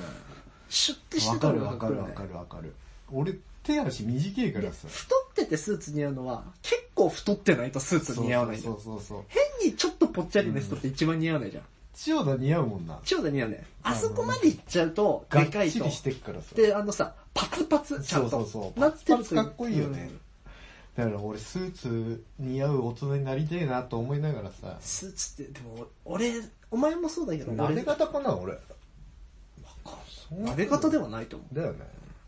B: シュッてし
A: わ
B: てた
A: からるわかるわか
B: る。
A: るわかる。俺、手足短いからさ。
B: 太っててスーツ似合うのは、結構太ってないとスーツ似合わないじ
A: そ
B: ゃん
A: う。そうそうそう。
B: 変にちょっとぽっちゃりの人って一番似合わないじゃん。
A: 千代田似合うもんな。
B: 千代田似合うね。あそこまでいっちゃうと、
A: が
B: で
A: っ
B: かい
A: ち
B: と
A: り。してっからさ。
B: で、あのさ、パツパツ、ちゃんと。
A: そうそうそう
B: なってると
A: パツパツかっこいいよねだから俺、スーツ似合う大人になりてえなと思いながらさ。
B: スーツって、でも、俺、お前もそうだけど、
A: 撫
B: 俺
A: で方かな、俺。
B: 撫で方ではないと思う。
A: だよね。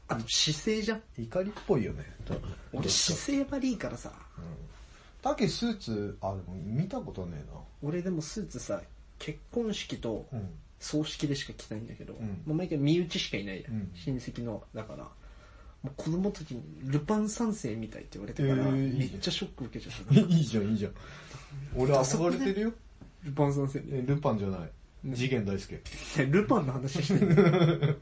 B: あと姿勢じゃん。
A: 怒りっぽいよね。多分
B: 俺姿勢悪いからさ、
A: たけスーツ、あ、でも見たことね
B: 俺でもスーツさ、結婚式と
A: えな。うん。
B: 葬式でしか着ないんだけど、
A: ん
B: もう毎回身内しかいないじゃん。
A: うん
B: 親戚の、だから、もう子供たちにルパン三世みたいって言われてから、
A: えーいいね
B: めっちゃショック受けちゃった。
A: いいじゃん、いいじゃん。俺憧れてるよ。
B: ルパン三世に。
A: えルパンじゃない。次元大介。
B: ねルパンの話してる。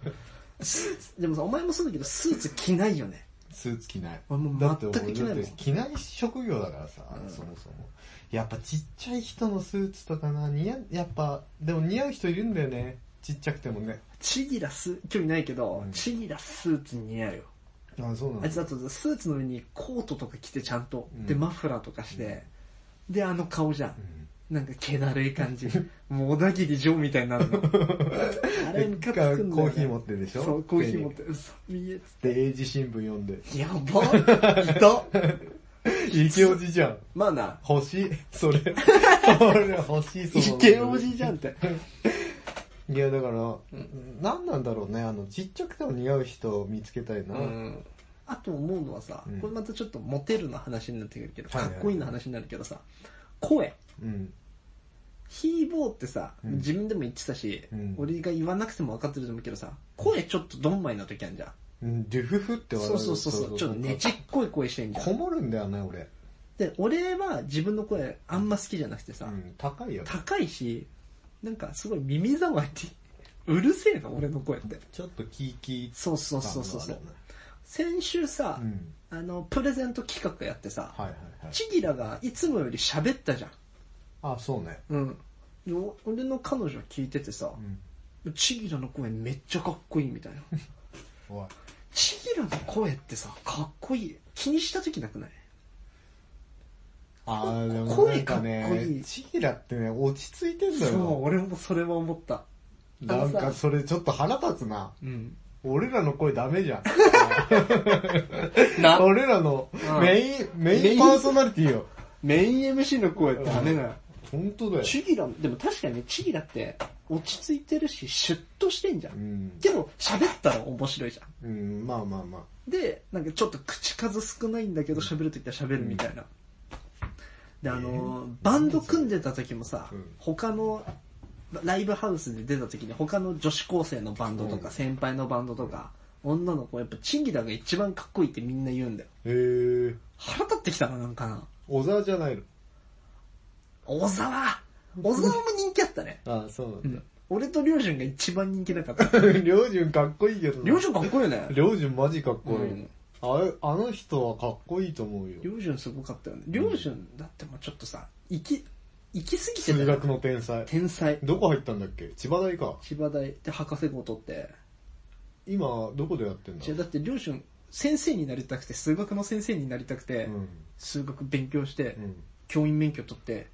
B: スー ツ、でもさ、お前もそうだけど、スーツ着ないよね。
A: スーツ着ない。
B: 俺もう
A: だって俺
B: 全く着ないもん
A: だって着ない職業だからさ、そもそも。やっぱちっちゃい人のスーツとかな、似合う、やっぱ、でも似合う人いるんだよね。ちっちゃくてもね。
B: チギラス、興味ないけど、
A: うん
B: チギラスーツ似合うよ。
A: あ、そうなん
B: あ
A: だ
B: いつだとスーツの上にコートとか着てちゃんと、
A: うん
B: で、マフラーとかして、で、あの顔じゃん。なんか、けだるい感じ。もう、小田切城みたいになるの。あれ、ムカつくんだよ、ね。
A: コーヒー持ってでしょ
B: そう、コーヒー持って。嘘、見え
A: で、英字新聞読んで。
B: つ。やばいた
A: 池おじじゃん。
B: まあな、
A: 欲しい、そ れ。俺欲しい、その。
B: 池王子じゃんって。
A: いや、だから、何なんだろうね。あの、ちっちゃくても似合う人を見つけたいな。
B: あと思うのはさ、
A: うん
B: これまたちょっとモテるの話になってくるけど、
A: はい
B: か
A: はい
B: っこいいの話になるけどさ、声。
A: うん。
B: ヒーボーってさ、
A: うん
B: 自分でも言ってたし、
A: うん
B: 俺が言わなくても分かってると思うけどさ、声ちょっとどんまいな時あるじゃん。
A: うん、デュフフって笑
B: そうそうそう、そうちょっとねちっこい声してんじゃ
A: こ
B: ん。
A: もるんだよね、俺。
B: で、俺は自分の声あんま好きじゃなくてさ、
A: うん、高いよ。
B: 高いし、なんかすごい耳障り。うるせえの、俺の声って。
A: ちょっとキーキー
B: そうそうそうそうそう。先週さ、
A: うん。
B: あの、プレゼント企画やってさ、
A: はいはいはい。
B: チギラがいつもより喋ったじゃん。
A: あ、そうね。
B: うん。でお俺の彼女聞いててさ、
A: うん。
B: チギラの声めっちゃかっこいいみたいな。
A: おい。
B: チギラの声ってさ、かっこいい。気にした時なくない
A: あーでもな
B: 声
A: んかね
B: かっこいい
A: チーラってね、落ち着いてんだ
B: そう、
A: よ。
B: 俺もそれは思った。
A: なん
B: あの
A: か
B: さ
A: それちょっと腹立つな。
B: うん。
A: 俺らの声ダメじ ゃん。
B: な、
A: 俺らの
B: うん
A: メイン、メインパーソナリティよ。
B: メイン MC の声ダメなの。
A: 本当だよ。
D: チギラ、でも確かにね、チギラって落ち着いてるし、シュッとしてんじゃ。
A: うんん。
D: けど、喋ったら面白いじゃん。
A: うん、まあまあまあ。
B: で、なんかちょっと口数少ないんだけど喋るときは喋るみたいな。で、あのー、バンド組んでた時もさ
A: うん、
B: 他の、ライブハウスで出た時に他の女子高生のバンドと
A: う
B: か
A: ん
B: 先輩のバンドとか、女の子やっぱチンギラが一番かっこいいってみんな言うんだよ。
A: へえ。
B: 腹立ってきたかなんかな。
A: 小沢じゃないの。
B: 小沢小沢も人気あったね。
A: ああ、そう
B: う
A: なんだ。
B: ん。俺とりょうじゅんが一番人気なかった。
A: りょうじゅんかっこいいけどな。
B: りょうじゅんかっこいいよね。
A: りょうじゅんマジかっこいい。
B: うん
A: あれ、あの人はかっこいいと思う
B: り
A: よ。
B: ょうじゅんすごかったよね。りょうじゅんだってもうちょっとさ、行き、行き過ぎてた
A: 数
B: よ
A: 学の天才。
B: 天才。
A: どこ入ったんだっけ千葉大か。
B: 千葉大で博士号取って。
A: 今、どこでやってんだ
B: じゃあだってりょうじゅん、先生になりたくて、数学の先生になりたくて、
A: うん。
B: 数学勉強して、
A: うん。
B: 教員免許取って、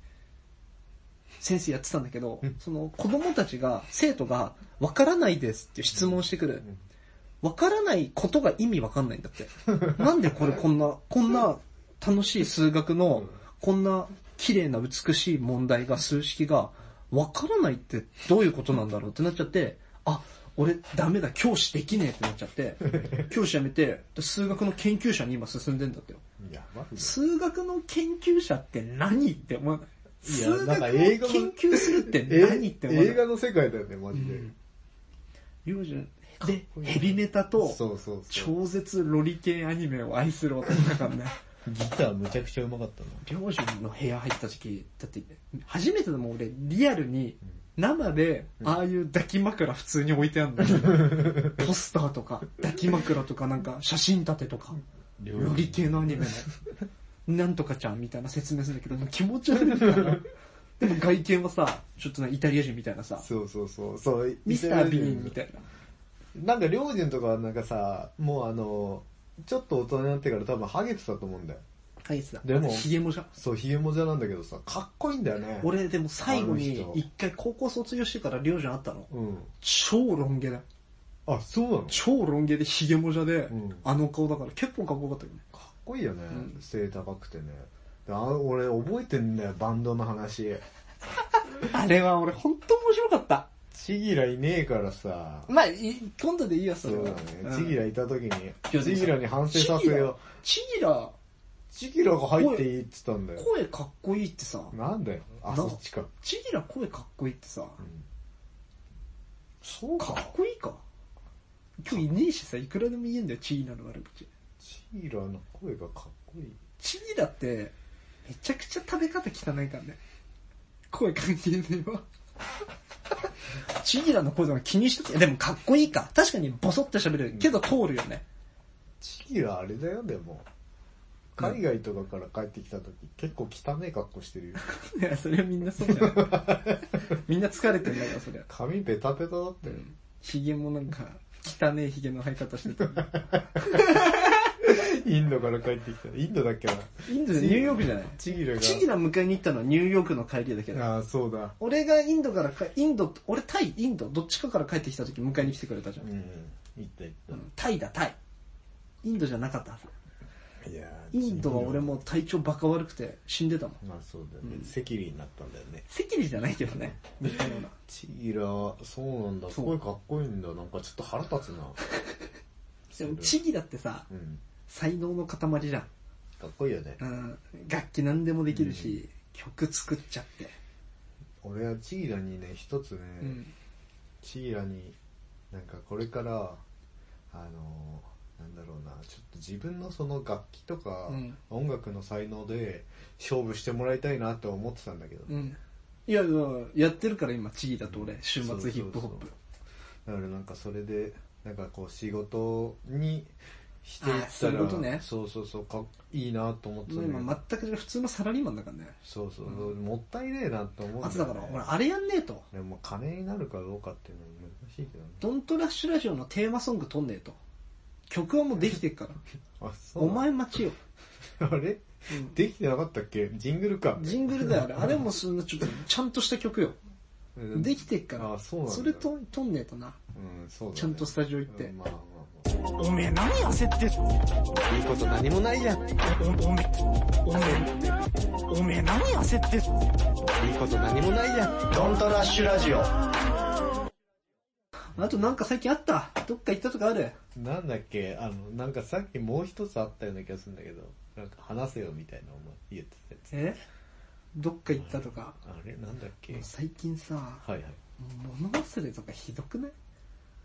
B: 先生やってたんだけど、その子供たちが、生徒が、わからないですって質問してくる。わからないことが意味わかんないん だって。なんでこれこんな、こんな楽しい数学の、こんな綺麗な美しい問題が、数式が、わからないってどういうことなんだろうってなっちゃって、あ、俺ダメだ、教師できねえってなっちゃ って、教師辞めて、数学の研究者に今進んでんだってよ。
A: やばいね
B: 数学の研究者って何って思わない
A: いや
B: 数
A: な
B: 学
A: ん
B: を
A: か
B: 研
A: 映画の
B: 究するって
A: え
B: 何って思わな
A: 映画
B: い
A: の世界だよね、マジで。
B: りょうじゅんで、ヘビメタと、
A: そうそうそう。
B: 超絶ロリ系アニメを愛する男だからね。
A: ギターむちゃくちゃうまかったな。
B: 両親の部屋入った時、だって、初めてでもん俺、リアルに、生で、ああいう抱き枕普通に置いてあるの。ポスターとか、抱き枕とかなんか、写真立てとか、ロリ系のアニ メの、なんとかちゃんみたいな説明するんだけど、気持ち悪いから。でも外見はさ、ちょっとなんかイタリア人みたいなさ、
A: そうそうそう。そう、
B: ミスター・ビーンみた
A: い
B: いな。
A: な。なんか、りょうじゅんとかはなんかさ、もうあの、ちょっと大人になってから多分ハゲてたと思うんだよ。
B: はい、いつだ。
A: でも
B: ヒゲもじゃん。
A: そう、ヒゲもじゃなんだけどさ、かっこいいんだよね。。
B: 俺でも最後
A: あ
B: に
A: の人
B: 一回高校卒業してからリョウジャンあったの。
A: うん。
B: 超ロン毛だ。
A: あ、そうなのか
B: 超ロン毛でヒゲもじゃで、
A: うん
B: あの顔だから結構かっこよかったよね。
A: っこいいよね
B: ん。
A: 背高くてね。であ俺覚えてんだよ、バンドの話。
B: あれは俺ほんと面白かった。
A: ちぎらいねえからさ。
B: まあ、い今度でいいや、
A: そ
B: それ
A: う
B: は
A: だね。ちぎらいた時
B: や
A: に、
B: で
A: ち
B: もさ
A: ぎらに反省させよう。
B: チギラ、
A: ちぎらが入っていいって言ったんだよ。
B: 声かっこいいってさ、
A: なんだよ。あ、
B: な
A: そっちか。
B: チギラ声かっこいいってさ、
A: そう
B: かっこいいか。今日いねえしさ、いくらでも言えんだよ、チギラの悪口。
A: チーラの声がかっこいい。
B: チギラって、めちゃくちゃ食べ方汚いからね。声関係ね えわ。チギラの声とか気にしとけ。でもかっこいいか。確かにボソって喋れる。けど通るよね。
A: チキラあれだよ、でも。海外とかから帰ってきた時、結構汚い格好してるよ。
B: いや、それはみんなそうじゃ ない。みんな疲れてんだよ、それは。
A: 髪ペタペタだったよ。
B: ヒゲもなんか、汚えヒゲの生え方し てた。
A: インドから帰ってきた。インドだっけな。
B: インドでニューヨークじゃない
A: チギラが。
B: チギラ迎えに行ったのはニューヨークの帰りだけど。
A: ああ、そうだ。
B: 俺がインドからか、インド、俺タイ、インド、どっちかから帰ってきた時迎えに来てくれたじゃん。
A: うん。行った行
B: う
A: っ
B: んタイだ、タイ。インドじゃなかったはず。
A: た。いや
B: インドは俺
A: も。
B: もう体調バカ悪くて死んでたもん。
A: まあそうだよね。赤痢になったんだよね。
B: セキリじゃないけどね。似たような。
A: チギラ、そうなんだ。す
B: そう
A: ごいかっこいいんだ。なんかちょっと腹 立つな。
B: でもチギラってさ、
A: うん。
B: 才能の塊じゃん。
A: かっこいいよね
B: う。ん、楽器何でもできるし、曲作っちゃって。
A: 俺はチギラにね、一つね、
B: うん。
A: シーラになんかこれからあのなんだろうなちょっと自分のその楽器とか、
B: うん
A: 音楽の才能で勝負してもらいたいなって思ってたんだけど、
B: うん。いや、いややってるから今、チギラと俺、週末ヒップホップ。
A: だからなんかそれでなんかこう仕事にしていった
B: あ
A: ら
B: そういうことね
A: そうそうそうかっいいなと思ってたんだけど
B: 今全く普通のサラリーマンだからね。
A: そうそう、もったいねえなって思うん
B: あと
A: よ
B: だ
A: ね
B: から、俺あれやんねえと。
A: でも金になるかどうかっていうのは難しいけどね
B: ドントラッシュラジオのテーマソング撮んねえと。曲はもうできてるから。
A: あそう
B: お前待ちよ。
A: あれできてなかったっけジングルか。
B: ジングルだよ、あれ。あれもそのちょっと、ちゃんとした曲よ。
A: うん
B: できてっから。
A: あそうなんだ
B: それと、とんねえとな。
A: うん、そうだ、ね。
B: ちゃんとスタジオ行って
A: うんまあまあま
E: おめえ何焦ってる
A: あ。いいこと何もないじゃん。いい
E: おおめおめおめえ何焦ってる
A: こと何もないじゃん。
C: ドントラッシュラジオ
B: あとなんか最近あったどっか行ったとかある
A: なんだっけあの、なんかさっきもう一つあったような気がするんだけど、なんか話せよみたいなお前言ってたやつ。
B: えどっか行ったとか。
A: あれなんだっけ
B: もう最近さ、
A: はいはい。
B: 物忘れとかひどくない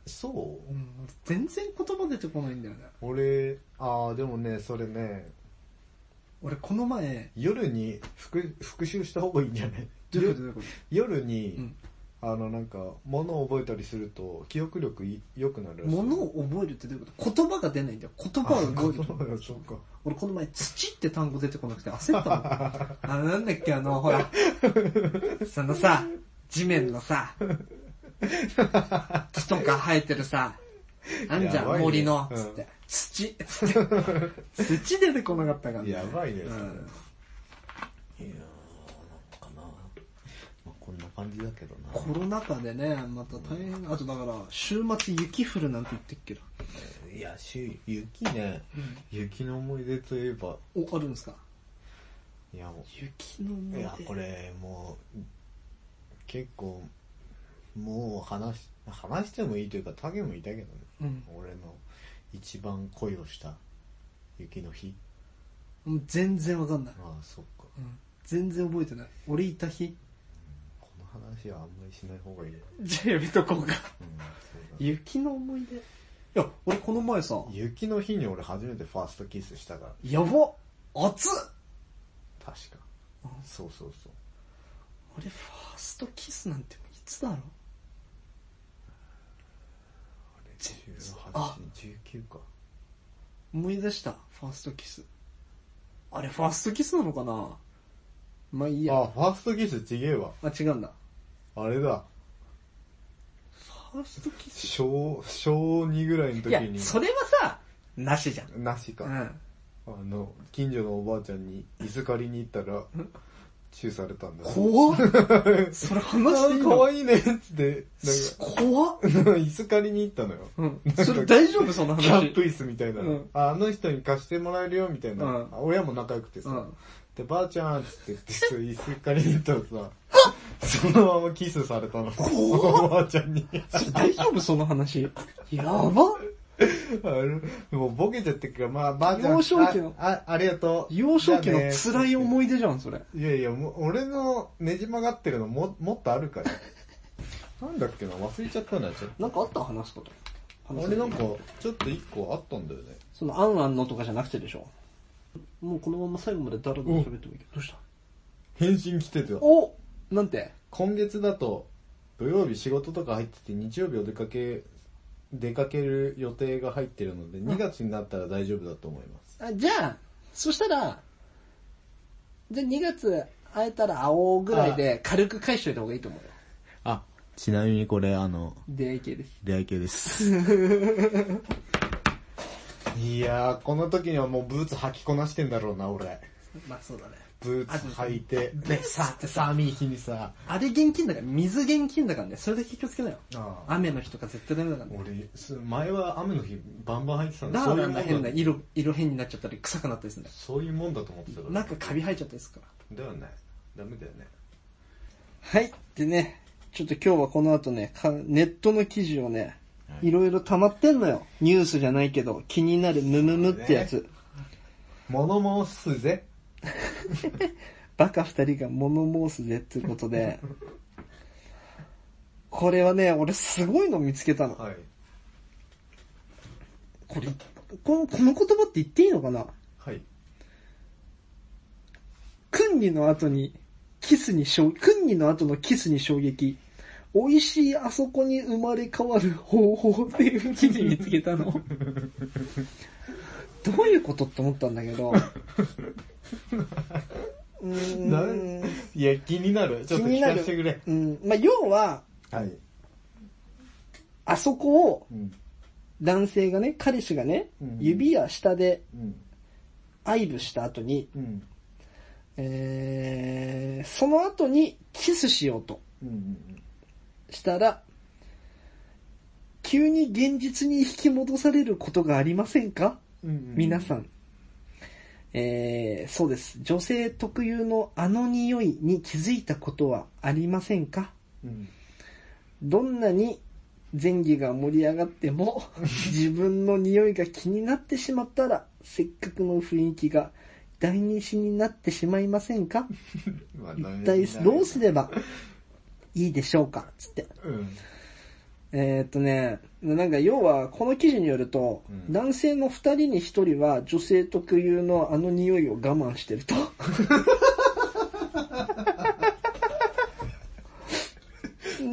A: そう
B: うん、俺全然言葉出てこないんだよね。
A: 俺、あーでもね、それね、
B: 俺この前、
A: 夜に復復習した方がいいんじゃ ない
B: どういうことどういうこと
A: 夜に、
B: うん
A: あのなんか、物を覚えたりすると、記憶力い良くなるらしい。
B: 物を覚えるってどういうこと言葉が出ないんだよ。言葉を覚 える。
A: そうそうか。
B: 俺この前、土って単語出てこなくて焦ったもん。 あの、なんだっけ、あの、ほら。そのさ、地面のさ、木とか生えてるさ、あんじゃ
A: やばい
B: ん、
A: ね
B: 森の、
A: うん
B: つって。土つって。土出てこなかったから。
A: やばいね。
B: う
A: それ
B: ん。
A: いやー、なんかな。まあ、こんな感じだけどな。
B: コロナ禍でね、また大変。あとだから、週末雪降るなんて言ってっけど。
A: いや、し、雪ね、雪の思い出といえば、
B: お、あるんですか
A: いやも
B: 雪の
A: う、
B: 思
A: い
B: い
A: や、これ、もう、結構、もう話し、話してもいいというか、影もいたけどね。
B: うん。
A: 俺の一番恋をした雪の日。
B: もう全然わかんない。
A: ああ、そっか。
B: うん。全然覚えてない。俺いた日
A: この話はあんまりしない方がいいな。うん、
B: じゃあやめとこ
A: そう
B: うか。
A: だ
B: 雪の思い出。いや、俺この前さ、
A: 雪の日に俺初めてファーストキスしたから、
B: やば熱っ
A: 確か。そうそうそう。
B: 俺ファーストキスなんていつだろう
A: 18
B: あ、
A: 19か。
B: 思い出した、ファーストキス。あれファーストキスなのかなまあいいや。あ
A: あ、ファーストキスちげえわ。
B: 違うんだ。
A: あれだ。
B: ファーストキス
A: 小、小2ぐらいの
B: い
A: 時
B: や、
A: に、
B: それはさ、なしじゃん。
A: なしか、
B: う
A: あ
B: ん。
A: の、近所のおばあちゃんに、いずかりに行った ら、チューされたんだ。
B: 怖っそれ話していい
A: かわ
B: の
A: いいねっつって、
B: 怖っ
A: なん か、いずかりに行ったのよ。
B: うん。それ大丈夫その
A: キ
B: 話。
A: ャンプ椅子みたいなの、
B: うん
A: ああの人に貸してもらえるよみたいな、
B: うん
A: 親も仲良くてさ、
B: うん
A: で、ばあちゃんっつって言って、そう椅子借りに行った らさ、そのままキスされたの。おばあちゃんに。
B: それ 大丈夫その話。やば
A: あのもうボケちゃってるから、まあ、ばあちゃん。
B: 幼少期の
A: あ、あありがとう。
B: 幼少期の
A: じゃあね
B: 辛い思い出じゃん、それ。
A: いやいや、もう俺のねじ曲がってるのも、もっとある から。なんだっけな、忘れちゃったな、ちょっ
B: なんかあった話すこと。
A: と。俺なんか、ちょっと一個あったんだよね。
B: その、あんあんのとかじゃなくてでしょ。もうこのまま最後までダラダラ喋ってもいいけど、どうした
A: 返信来てて、
B: おなんて
A: 今月だと、土曜日仕事とか入ってて、日曜日お出かけ、出かける予定が入ってるので、2月になったら大丈夫だと思います。
B: あ、じゃあ、そしたら、じゃあ2月会えたら会おうぐらいで軽く返しといた方がいいと思うよ。
A: あ、ちなみにこれ、あの、
B: 出会い系です。
A: 出会い系です。 いやー、この時にはもうブーツ履きこなしてんだろうな、俺。
B: まあそうだね。
A: ブーツ履いて、
B: で、さ、てさ、
A: 寒い日にさ、
B: あれ現金だから、水現金だからね、それだけ気をつけなよ。
A: ああ
B: 雨の日とか絶対ダメだからね。
A: 俺、す前は雨の日バンバン履いてたん
B: だからなん
A: そうい
B: か
A: う
B: 変
A: もん
B: な
A: だ
B: 色、色変になっちゃったり臭くなったりするんだよ。
A: そういうもんだと思ってたから。
B: なんかカビ生えちゃったりするから。
A: だよね。ダメだよね。
B: はい。でね、ちょっと今日はこの後ね、かネットの記事をね、いろいろ溜まってんのよ。ニュースじゃないけど、気になるムムムってやつ。
A: 物申すぜ。
B: バカ二人が物申すぜっていうことで、これはね、俺すごいの見つけたの。
A: はい。
B: これ、このこの言葉って言っていいのかな
A: はい。
B: 訓にの後に、キスに衝、訓にの後のキスに衝撃。美味しいあそこに生まれ変わる方法っていう記事見つけ たの。どういうことって思ったんだ けど。うーん
A: いや、気になる。ちょっと聞かせてくれ。
B: うん。まあ、要は、
A: はい。
B: あそこを
A: うん。
B: 男性がね、彼氏がね
A: うん、
B: 指や下で
A: うん。
B: アイブした後に、
A: うん。
B: えー、その後にキスしようと
A: うんうん
B: したら、急に現実に引き戻されることがありませんか
A: うん。うん
B: 皆さん。えー、そうです。女性特有のあの匂いに気づいたことはありませんか
A: うん。
B: どんなに前儀が盛り上がっ ても自分の匂いが気になってしまったらせっかくの雰囲気が台無しになってしまいませ んか
A: まあ
B: 一体どうすればいいでしょうかつって。
A: うん。
B: えーっとね、なんか要はこの記事によると、
A: うん
B: 男性の2人に1人は女性特有のあの匂いを我慢して ると。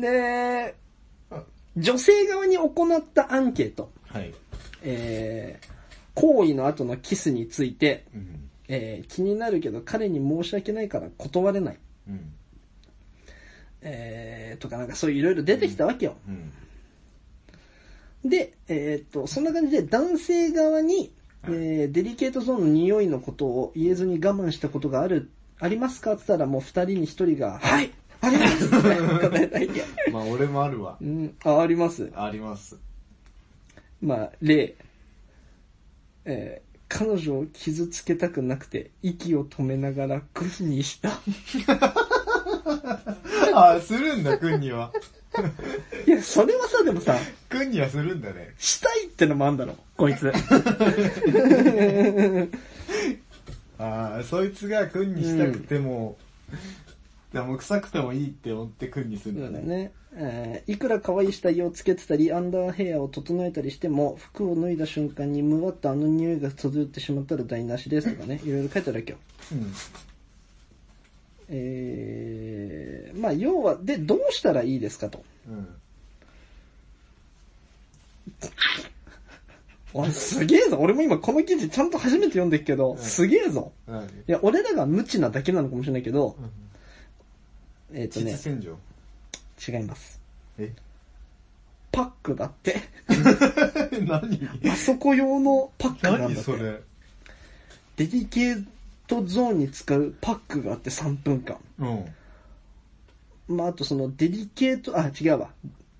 B: で、女性側に行ったアンケート、
A: はい。
B: えー行為の後のキスについて、
A: うん。
B: えー気になるけど彼に申し訳ないから断れない、
A: うん。
B: えーとかなんかそういういろいろ出てきたわけよ。
A: うん。
B: で、えーっと、そんな感じで男性側に、えーデリケートゾーンの匂いのことを言えずに我慢したことがある、ありますかって言ったらもう二人に一人が、はいありますって答えたい け。
A: まあ俺もあるわ
B: う。ん、あ、あります。
A: あります。
B: まあ、例。えー彼女を傷つけたくなくて、息を止めながらグフにした。
A: あ、するんだ、くんには。
B: いや、それはさ、でもさ、
A: くんにはするんだね。
B: したいってのもあんだろ、こいつ。
A: ああ、そいつがくんにしたくても、でも臭くてもいいって思ってくんにする
B: そうん
A: だ
B: だ
A: ね。
B: ね。えーいくら可愛い下着をつけてたり、アンダーヘアを整えたりしても、服を脱いだ瞬間にムワッとあの匂いが漂ってしまったら台無しですとか ね、いろいろ書いてあるわけよ。
A: うん。
B: えー、まあ要は、で、どうしたらいいですかと。
A: うん。
B: おい、すげえぞ。俺も今この記事ちゃんと初めて読んでるけど、すげえぞ。
A: 何
B: いや、俺らが無知なだけなのかもしれないけど、えっ、と
A: 膣
B: ね、
A: 洗浄
B: 違います。
A: え
B: パックだって。
A: 何
B: あそこ用のパックなんだって。
A: 何それ
B: デリケートゾーンに使うパックがあって3分間。
A: うん。
B: まあ、あとそのデリケート、あ、違うわ。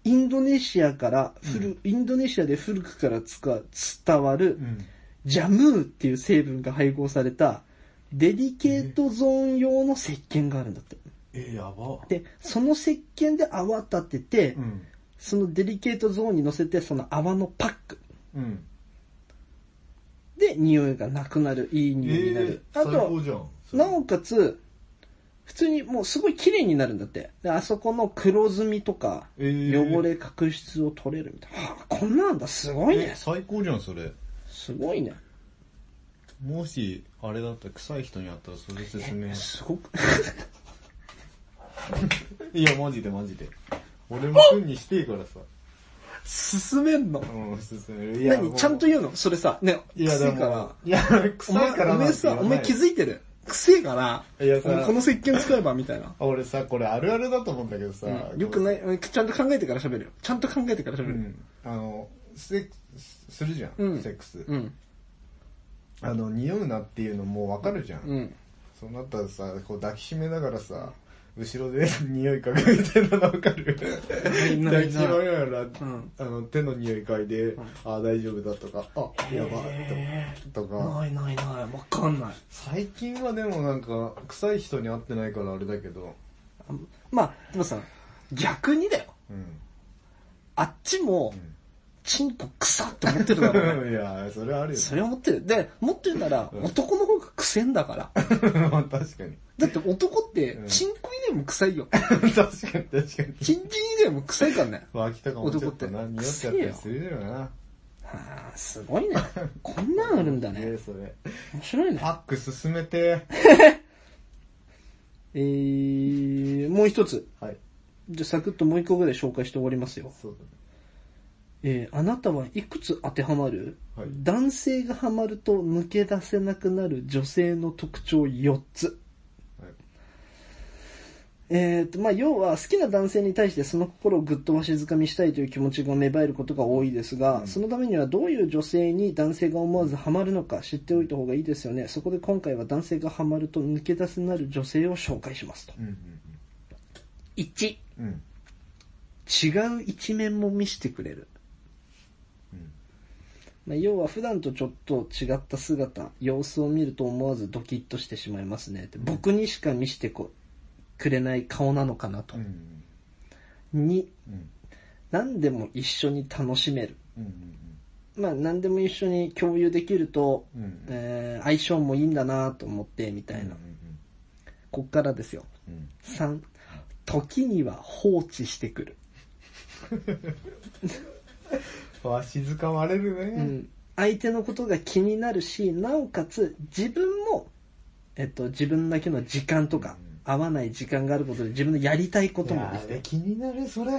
B: インドネシアから、古、インドネシアで古くから使う、伝わる
A: う、ん。
B: ジャムーっていう成分が配合された、デリケートゾーン用の石鹸があるんだって。
A: え、やば。
B: で、その石鹸で泡立てて、
A: うん。
B: そのデリケートゾーンに乗せて、その泡のパック。
A: うん。
B: で、匂いがなくなる、いい
A: え
B: 匂いにな
A: ー
B: る。、あ
A: 最
B: と、
A: 高じゃん。それ
B: なおかつ、普通にもうすごい綺麗になるんだって。であそこの黒ずみとか、
A: えー
B: 汚れ角質を取れるみたいな。はあこんなんだ、すごい
A: え
B: ね。
A: 最高じゃん、それ。
B: すごいね。
A: もし、あれだったら臭い人に会ったらそれ説明。
B: すごく。
A: いや、マジでマジで。俺もくんにしていいからさ。
B: 進めんの
A: うん、進める。いや、も
B: 何
A: う
B: ちゃんと言うのそれさ、ね、
A: いや、
B: 臭
A: で
B: いから
A: も。、いや、
B: お
A: 臭いか
B: 前、
A: ら
B: お
A: なん
B: 前
A: て言
B: さ、
A: わ
B: お
A: ない
B: 前気づいてる。臭いから、
A: いやさ
B: この石鹸使えばみたいな。
A: 俺さ、これあるあるだと思うんだけどさ。
B: よくない、うんちゃんと考えてから喋るよ。ちゃんと考えてから喋
A: う
B: る。
A: ん。あの、セックス、するじゃん、
B: うん
A: セックス。
B: うん。
A: あの、匂うなっていうのもうわかるじゃん。
B: うん。
A: そうなったらさ、こう抱きしめながらさ、後ろで 匂い嗅ぐみたいなのわかる
F: いない
A: 抱きしめながら、
F: ん
A: あの、手の匂い嗅いで、ああ、大丈夫だとか、あ、やばいととか、
F: ないないない、わかんない。
A: 最近はでもなんか、臭い人に会ってないからあれだけど、
B: まあ、でもさ、逆にだよ。
A: うん。
B: あっちも
A: ん、
B: チンコ臭って思ってるだろう ね。
A: いや、それはあるよ。
B: それは思ってる。で、もっと言うなら、男の方が臭いんだから。
A: まあ確かに。
B: だって男って
A: う、ん
B: チンコ以外も臭いよ。
A: 確かに確かに。
B: チンチン以外も臭いからね。
A: まあ、秋とかもちょっとな、
B: 男って
A: 匂っちゃったりするよな。
B: はあ、すごいね。こんなんあるんだ
A: ね
B: ね
A: え。それ。
B: 面白いね。
A: パック進めて。
B: えー、もう一つ。
A: はい。
B: じゃあサクッともう一個ぐらい紹介して終わりますよ。
A: そうだね。
B: えー、あなたはいくつ当てはまる、
A: はい
B: 男性がハマると抜け出せなくなる女性の特徴4つ。
A: はい
B: えーっと、まあ、要は好きな男性に対してその心をぐっとわしづかみしたいという気持ちが芽生えることが多いですが、そのためにはどういう女性に男性が思わずハマるのか知っておいた方がいいですよね。そこで今回は男性がハマると抜け出せなる女性を紹介しますと。
A: うん
B: 1、
A: うんうん
B: 違う一面も見せてくれる。まあ、要は普段とちょっと違った姿、様子を見ると思わずドキッとしてしまいますねって。僕にしか見せてこくれない顔なのかなと。
A: うん
B: 2、
A: うん
B: 何でも一緒に楽しめる。
A: うん
B: まあ何でも一緒に共有できると、
A: うんうん
B: えー相性もいいんだなと思って、みたいな。こっからですよ。
A: うん
B: 3、時には放置してくる。
A: わしづかまれる
B: う
A: ね
B: ん、相手のことが気になるし、なおかつ自分も、えっと、自分だけの時間とか、合わない時間があることで自分のやりたいこともでき
A: やべ
B: て。
A: 気になるそれ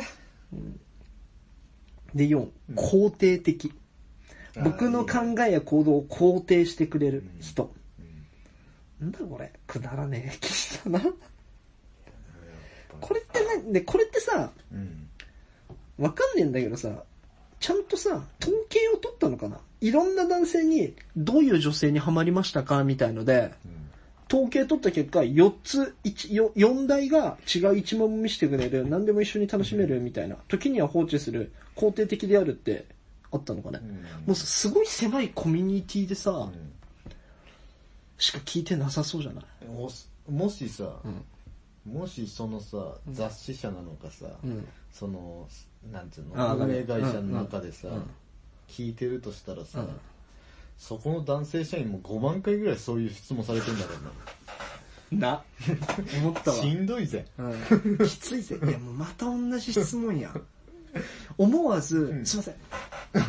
B: で、4、肯定的。僕の考えや行動を肯定してくれる人。なんだこれくだらねえ 気したな。これってなんで、これってさ、
A: うん
B: わかんねえんだけどさ、ちゃんとさ、統計を取ったのかないろんな男性に、どういう女性にハマりましたかみたいので、統計取った結果、4つ、一よ4台が違う一問も見せてくれる、何でも一緒に楽しめるみたいな、時には放置する、肯定的であるってあったのかね。もうさすごい狭いコミュニティでさ、しか聞いてなさそうじゃない
A: もしもしさ、もしそのさ雑誌社なのかさ、
B: ん
A: そのなんていうの
B: あわかる
A: 運営会社の中でさ、
B: うんうん
A: 聞いてるとしたらさ、
B: うん
A: そこの男性社員も5万回ぐらいそういう質問されてんだから
G: な。 思った
A: な
G: わ。
A: しんどいぜ
G: うん、きついぜ。いや、もうまた同じ質問 や。思わず、すいません。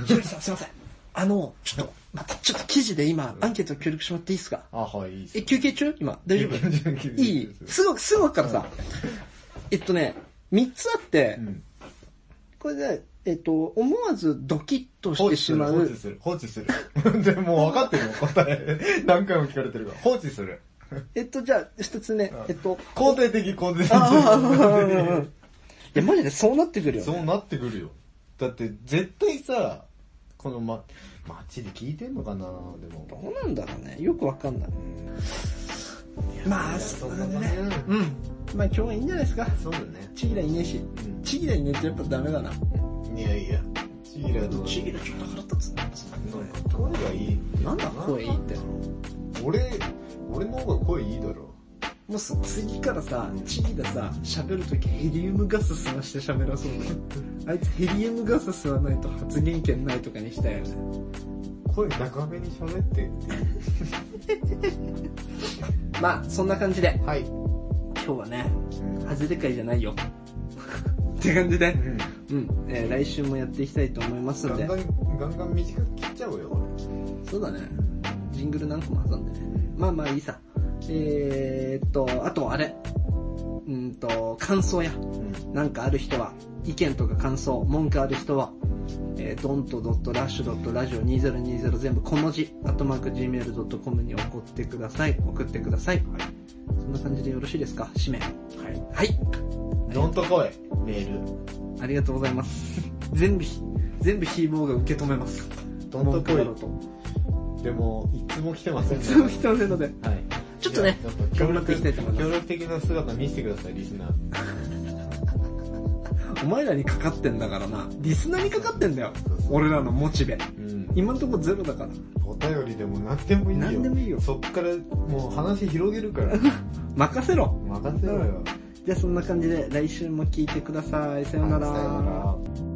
G: ひろきさん、すいません。あの、ちょっと、またちょっと記事で今、アンケート協力してもらっていいですか
A: あはいいいっす
B: え、休憩中今、大丈夫いいすぐ、すぐからさ、えっとね、3つあって、
A: うん
B: これで、えっと、思わずドキッと
A: 放
B: して
A: 置す
B: し
A: る
B: ま
A: 放
B: う
A: 置。する放置する でもう分かってるの答え何回も聞かれてるから放置する
B: えっと、じゃあ、2つ目、えっと、
A: 肯定的肯定的
B: ああ、いや、マジでそうなってくるよ、ね。
A: そうなってくるよ。だって、絶対さ、このま、街で聞いてんのかなでも。
B: どうなんだろうね。よくわかんない。まあ、そ
A: そうう
B: だ
A: だ
B: ね。
A: ね。
B: うん。まあ、今日はいいんじゃないですか。
A: そうだね。
B: チギラいねえし。チギラいねえってやっぱダメだな。
A: いやいや。チギラの、
B: チギラちょっと腹立つな。
A: なんか声がいい。
B: なんだ声いいって。
A: 俺、俺の方が声いいだろ。
B: もうさ、次からさ、チギラさ、喋るときヘリウムガス吸わして喋らそうだよ。あいつヘリウムガス吸わないと発言権ないとかにしたよね。
A: 声高めに喋って。
B: まあ、そんな感じで、
A: はい。
B: 今日はね、外れ会じゃないよ。 って感じで、うん、えー来週もやっていきたいと思います
A: ガ
B: の
A: ン
B: で
A: ガ。ン、ガンガン短く切っちゃおうよ、
B: そうだね。ジングル何個も挟んでね。まあまあいいさ。えー、っと、あとあれ。うーんと、感想や。なんかある人は、意見とか感想、文句ある人は、えー、don't.rush.radio2020 全部小文字、アットマーク gmail.com に送ってください。送ってください。そんな感じでよろしいですか締め。
A: はい。
B: はい。
A: どんと来い。メー
B: ありがとうございます。 全部ひ、全部ヒーボーが受け止めます。
A: ル。どんと
B: 文句だろう
A: 来
B: と。
A: い。でも、いつも来てませんね。
B: 全部人のせいので。
A: はい。
B: ちょっとね
A: やっぱ協
B: 頑張っていきたいと思い
A: 力、
B: ます
A: 協力的な姿見せてください、リスナー。
B: お前らにかかってんだからな。リスナーにかかってんだよ。俺らのモチベ。
A: うん。
B: 今んとこゼロだから。
A: お便りでも何でもいいよ。
B: 何でもいいよ
A: そっからもう話広げる から。
B: 任せろ。
A: 任せろよ。
B: じゃあそんな感じで来週も聞いてください。さようなら。
A: さよなら。